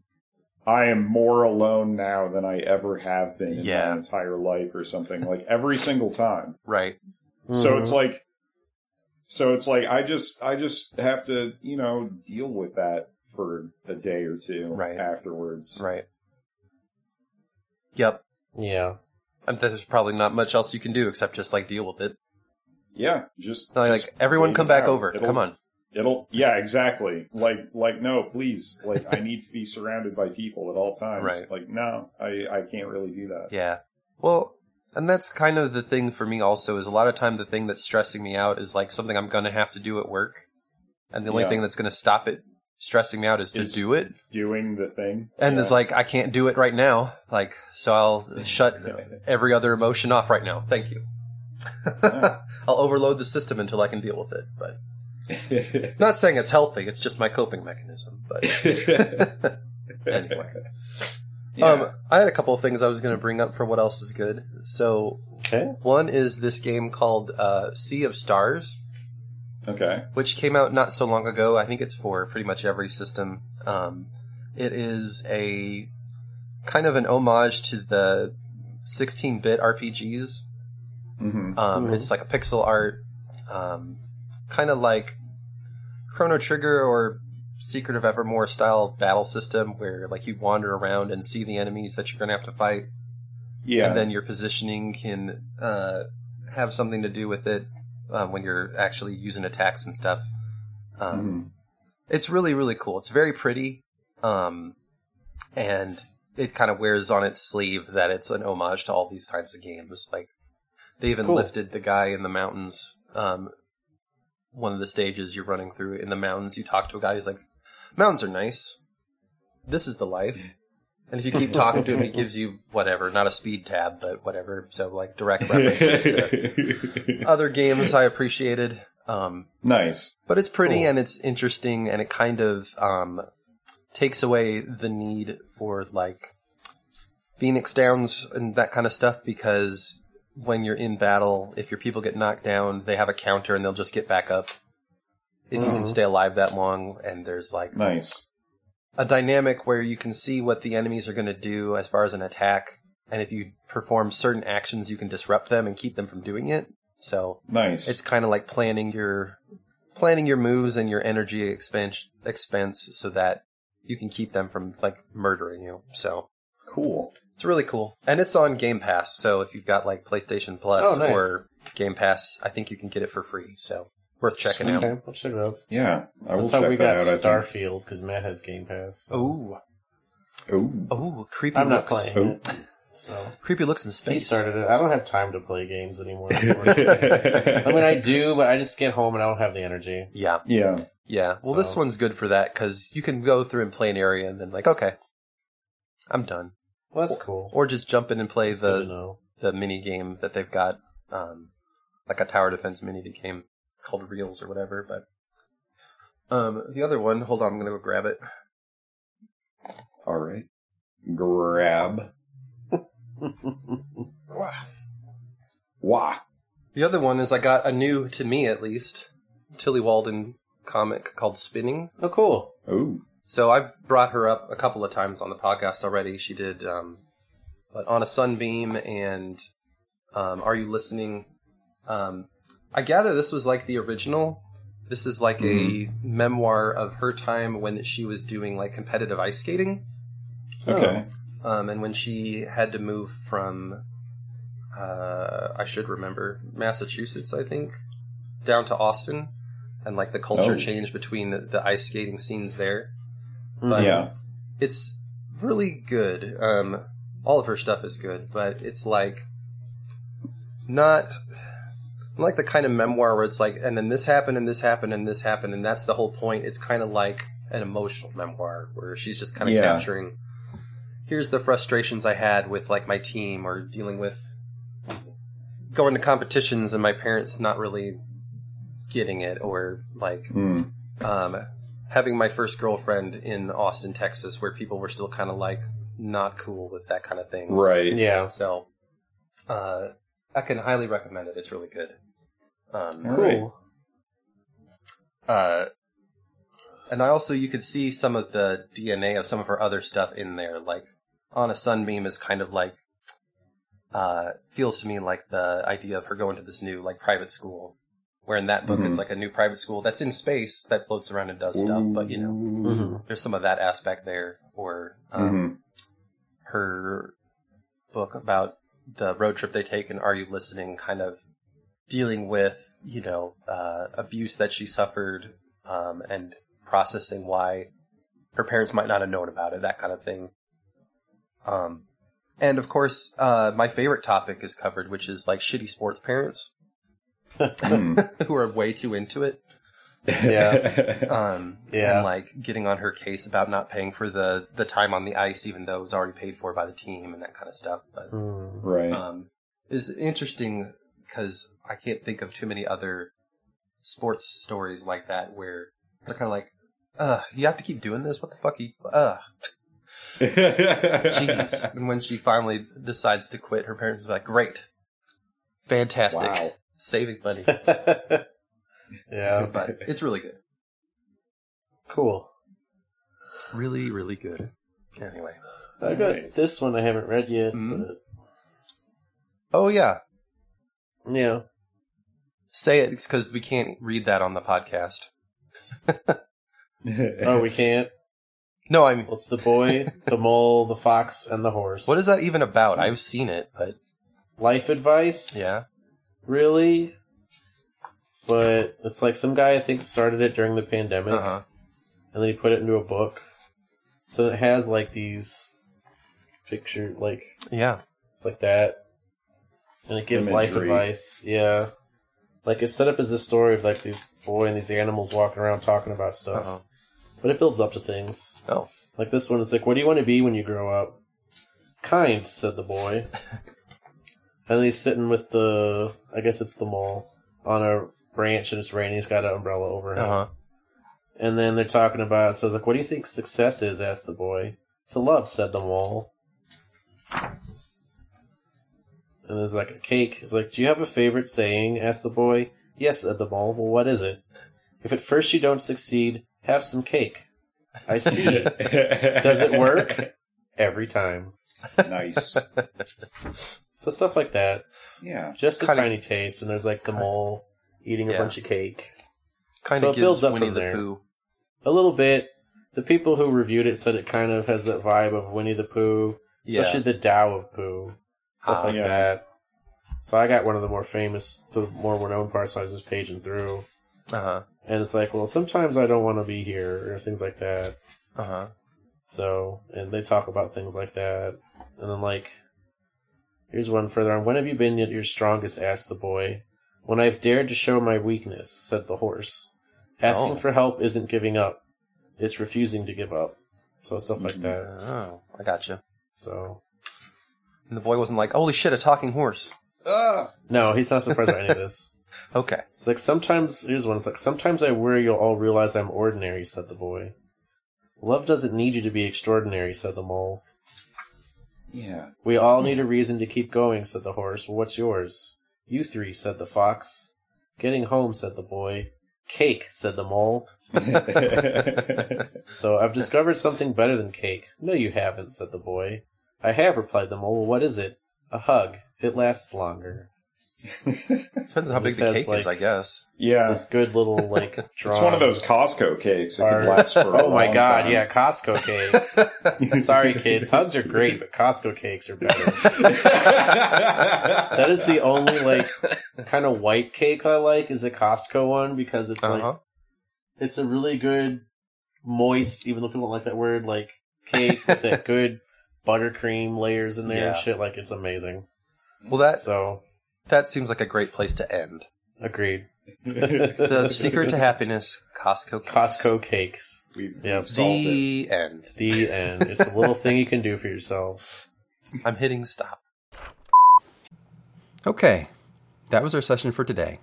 S3: I am more alone now than I ever have been in
S2: Yeah.
S3: my entire life or something, like every single time.
S2: Right.
S3: So it's
S2: Mm-hmm.
S3: like, so it's like I just I just have to you know deal with that for a day or two
S2: Right.
S3: afterwards.
S2: Right. Yep.
S1: yeah,
S2: And there's probably not much else you can do except just like deal with it.
S3: Yeah, just,
S2: Like,
S3: just
S2: like, everyone,
S3: wait
S2: come
S3: it
S2: back
S3: out.
S2: over.
S3: It'll-
S2: Come on.
S3: It'll yeah exactly like like no please like I need to be surrounded by people at all times.
S2: Right.
S3: Like no I I can't really do that.
S2: Yeah. Well, and that's kind of the thing for me also is a lot of time the thing that's stressing me out is like something I'm going to have to do at work. And the only
S3: Yeah.
S2: thing that's going to stop it stressing me out is to
S3: Is-
S2: do it.
S3: Doing the thing
S2: And
S3: yeah.
S2: it's like, I can't do it right now. Like, so I'll shut every other emotion off right now. Thank you.
S3: Yeah.
S2: I'll overload the system until I can deal with it. But not saying it's healthy. It's just my coping mechanism. But anyway.
S3: Yeah.
S2: Um, I had a couple of things I was going to bring up for what else is good. So
S1: okay,
S2: one is this game called uh, Sea of Stars,
S3: okay.
S2: which came out not so long ago. I think it's for pretty much every system. Um, it is a kind of an homage to the 16-bit RPGs.
S3: hmm
S2: Um,
S1: Mhm.
S2: It's like a pixel art, um, kind of like Chrono Trigger or Secret of Evermore style battle system, where like you wander around and see the enemies that you're going to have to fight
S3: Yeah.
S2: and then your positioning can uh, have something to do with it uh, when you're actually using attacks and stuff. Um,
S3: Mhm.
S2: It's really really cool. It's very pretty, um, and it kind of wears on its sleeve that it's an homage to all these types of games. Like they even
S1: Cool.
S2: lifted the guy in the mountains. Um, one of the stages you're running through in the mountains, you talk to a guy who's like, Mountains are nice. This is the life. And if you keep talking to him, it gives you whatever, not a speed tab, but whatever. So like direct references to other games I appreciated. Um,
S3: nice.
S2: but it's pretty and it's interesting and it kind of um, takes away the need for like Phoenix Downs and that kind of stuff because when you're in battle, if your people get knocked down, they have a counter and they'll just get back up if you can stay alive that long. And there's like
S3: Nice.
S2: a dynamic where you can see what the enemies are going to do as far as an attack, and if you perform certain actions, you can disrupt them and keep them from doing it. So
S3: Nice.
S2: it's kind of like planning your planning your moves and your energy expense expense so that you can keep them from like murdering you. So
S3: cool.
S2: it's really cool, and it's on Game Pass. So if you've got like PlayStation Plus
S1: Oh, nice.
S2: or Game Pass, I think you can get it for free. So worth checking out.
S1: Okay, we'll check it out.
S3: Yeah. I will
S1: That's
S3: check
S1: how we
S3: that
S1: got
S3: out. I think.
S1: Starfield because Matt has Game Pass.
S2: Oh,
S3: Ooh.
S2: oh, creepy
S1: I'm not
S2: looks.
S1: playing
S3: Oh.
S1: it, so
S2: Creepy looks in space.
S1: he started it. I don't have time to play games anymore. unfortunately. I mean, I do, but I just get home and I don't have the energy.
S2: Yeah.
S3: yeah.
S2: Yeah. Well, this
S1: So-
S2: one's good for that because you can go through and play an area and then like, okay, I'm done,
S1: Well, that's cool.
S2: or just jump in and play
S1: It's good to
S2: the
S1: know.
S2: the mini game that they've got, um, like a tower defense mini game called Reels or whatever. But um, the other one, hold on, I'm gonna go grab it.
S3: All right. Grab. Wah.
S2: The other one is I got a new to me at least Tilly Walden comic called Spinning.
S1: Oh, cool.
S3: Ooh.
S2: So I've brought her up a couple of times on the podcast already. She did um, but on a sunbeam and um, are you listening? Um, I gather this was like the original. This is like
S3: Mhm.
S2: a memoir of her time when she was doing like competitive ice skating,
S1: Oh,
S3: Okay.
S2: um, and when she had to move from uh, I should remember Massachusetts, I think, down to Austin, and like the culture
S3: Oh.
S2: change between the, the ice skating scenes there. But
S3: Hmm. yeah.
S2: it's really good. Um, all of her stuff is good, but it's like not like the kind of memoir where it's like, and then this happened, and this happened, and this happened, and that's the whole point. It's kind of like an emotional memoir where she's just kind of
S3: Yeah.
S2: capturing. Here's the frustrations I had with like my team or dealing with going to competitions and my parents not really getting it or like
S3: Hmm.
S2: um, having my first girlfriend in Austin, Texas, where people were still kind of like not cool with that kind of thing.
S3: Right.
S1: Yeah.
S2: So, uh, I can highly recommend it. It's really good. Um,
S3: All right.
S1: Cool.
S2: uh, and I also you could see some of the DNA of some of her other stuff in there. Like on a sunbeam is kind of like uh, feels to me like the idea of her going to this new like private school. Where in that book it's
S3: Mhm.
S2: like a new private school that's in space that floats around and does stuff, but you know
S3: know.
S2: there's some of that aspect there, or
S1: Uh,
S2: um,
S3: Mm-hmm.
S2: her book about the road trip they take and Are You Listening? kind of dealing with, you know, uh, abuse that she suffered um, and processing why her parents might not have known about it, that kind of thing. Um, and of course, uh, my favorite topic is covered, which is like shitty sports parents
S3: Mm-hmm.
S2: who are way too into it.
S3: Yeah.
S2: um,
S1: Yeah.
S2: and like getting on her case about not paying for the the time on the ice, even though it was already paid for by the team and that kind of stuff. But
S1: Hmm.
S3: right.
S2: um, is interesting because I can't think of too many other sports stories like that where they're kind of like, "Ugh, you have to keep doing this. What the fuck? Are you, ugh, jeez." and when she finally decides to quit, her parents are like, "Great, fantastic,
S3: Wow.
S2: saving money."
S1: yeah.
S2: but it's really good,
S1: Cool.
S2: really, really good. Anyway.
S1: I got
S3: Alright.
S1: this one I haven't read yet.
S3: Mm-hmm.
S2: Mhm. Oh yeah,
S1: But, yeah.
S2: Say it because we can't read that on the podcast.
S1: Oh, we can't.
S2: No, I'm.
S1: What's the boy, the mole, the fox, and the horse?
S2: What is that even about? I've seen it, but
S1: life advice?
S2: yeah.
S1: really. But it's like some guy I think started it during the pandemic,
S2: Uh huh.
S1: and then he put it into a book. So it has like these picture, like
S2: Yeah.
S1: it's like that, and it gives life
S3: Imagery.
S1: advice. Yeah, like it's set up as a story of like this boy and these animals walking around talking about stuff.
S2: Uh-huh.
S1: But But it builds up to things.
S2: Oh.
S1: Like this one, it's like, what do you want to be when you grow up? Kind, said the boy. and then he's sitting with the, I guess it's the mole, on a branch and it's raining. He's got an umbrella over him.
S2: Uh-huh.
S1: And then they're talking about, so it's like, what do you think success is? asked the boy. To love, said the mole. And there's like a cake. It's like, do you have a favorite saying? asked the boy. Yes, said the mole. Well, what is it? If at first you don't succeed, have some cake. I see. Does it work? Every time.
S3: nice.
S1: So stuff like that.
S3: Yeah.
S1: Just a
S2: Kinda-
S1: tiny taste, and there's like the mole eating a
S2: Yeah.
S1: bunch of cake.
S2: Kind
S1: So
S2: of
S1: it
S2: gives
S1: builds up
S2: Winnie
S1: from
S2: the
S1: there.
S2: Pooh.
S1: A little bit. The people who reviewed it said it kind of has that vibe of Winnie the Pooh,
S2: Yeah.
S1: especially the Tao of Pooh, stuff
S2: Ah,
S1: like
S3: yeah.
S1: that. So I got one of the more famous, the more well-known parts. I was just paging through,
S2: Uh-huh.
S1: and it's like, well, sometimes I don't want to be here, or things like that.
S2: Uh-huh.
S1: So, and they talk about things like that. And then, like, here's one further on. When have you been at your strongest? asked the boy. When I've dared to show my weakness, said the horse. Asking
S2: Oh.
S1: for help isn't giving up, it's refusing to give up. So, stuff like
S3: Mhm.
S1: that.
S2: Oh, I gotcha.
S1: So,
S2: And the boy wasn't like, holy shit, a talking horse.
S3: Ah,
S1: no, he's not surprised by any of this.
S2: Okay.
S1: It's like sometimes, here's one. It's like, sometimes I worry you'll all realize I'm ordinary, said the boy. Love doesn't need you to be extraordinary, said the mole.
S3: yeah.
S1: We all need a reason to keep going, said the horse. What's yours? You three, said the fox. Getting home, said the boy. Cake, said the mole. So I've discovered something better than cake. No, you haven't, said the boy. I have, replied the mole. Well, what is it? A hug. It lasts longer.
S2: Depends on how big
S1: This
S2: the
S1: has,
S2: cake is,
S1: like-
S2: I guess.
S3: yeah.
S1: This good little, like, drawn.
S3: It's one of those Costco cakes. It
S1: Are-
S3: can last for a
S1: Oh my
S3: long
S1: god,
S3: time.
S1: yeah, Costco cake. Sorry, kids. Hugs are great, but Costco cakes are better. Uh-huh. That is the only, like, kind of white cake I like is the Costco one because it's like
S2: Uh-huh.
S1: it's a really good moist, even though people don't like that word, like cake with that good buttercream layers in there and
S2: Yeah.
S1: shit. Like it's amazing.
S2: Well, that
S1: So
S2: that seems like a great place to end.
S1: agreed.
S2: The secret to happiness, Costco. Cakes.
S1: Costco cakes.
S3: We've,
S1: Yeah.
S3: we've solved it.
S2: The end.
S1: The end. It's a little thing you can do for yourselves.
S2: I'm hitting stop.
S5: Okay, that was our session for today.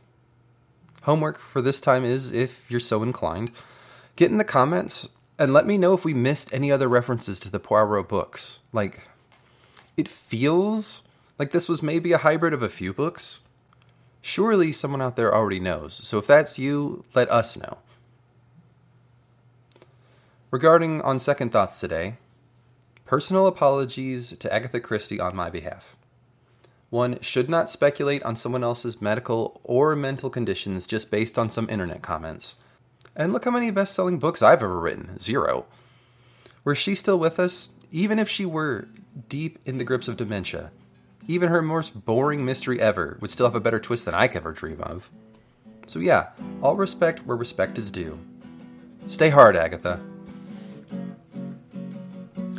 S5: Homework for this time is, if you're so inclined, get in the comments and let me know if we missed any other references to the Poirot books. Like, it feels like this was maybe a hybrid of a few books. Surely someone out there already knows, so if that's you, let us know. Regarding on second thoughts today, personal apologies to Agatha Christie on my behalf. One should not speculate on someone else's medical or mental conditions just based on some internet comments. And look how many best selling books I've ever written zero. Were she still with us, even if she were deep in the grips of dementia, even her most boring mystery ever would still have a better twist than I could ever dream of. So, yeah, all respect where respect is due. Stay hard, Agatha.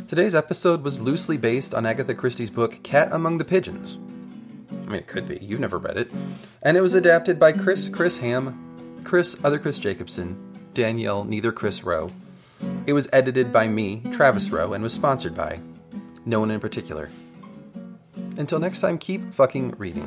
S5: Today's episode was loosely based on Agatha Christie's book Cat Among the Pigeons. I mean, it could be. You've never read it. And it was adapted by Chris, Chris Ham, Chris, other Chris Jacobson, Danielle, neither Chris Rowe. It was edited by me, Travis Rowe, and was sponsored by no one in particular. Until next time, keep fucking reading.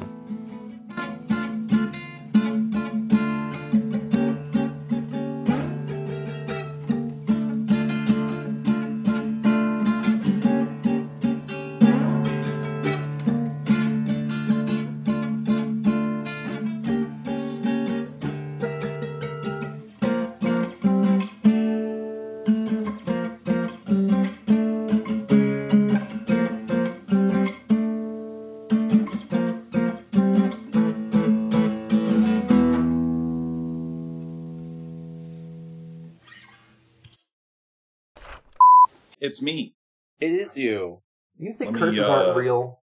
S3: It's me.
S1: It is you.
S5: You
S3: think Let me, curses aren't uh,
S5: real?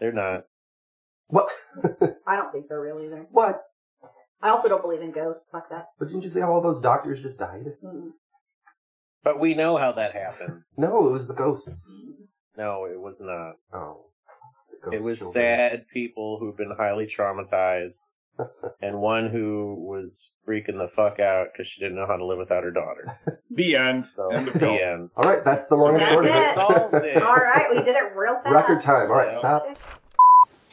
S1: They're not.
S5: What?
S4: I don't think they're real either.
S5: What?
S4: I also don't believe in ghosts like that.
S5: But didn't you see how all those doctors just died?
S4: Mm.
S1: But we know how that happened.
S5: No, it was the ghosts.
S1: No, it was not.
S5: Oh.
S1: It was sad people who've been highly traumatized and one who was freaking the fuck out because she didn't know how to live without her daughter.
S3: The end.
S1: So
S3: End of
S1: the
S3: film.
S1: end.
S5: All right, that's the longest
S4: That's
S5: order.
S4: it.
S1: Solved it.
S4: All right, we did it real fast.
S5: Record time. All right,
S1: Yeah.
S5: stop.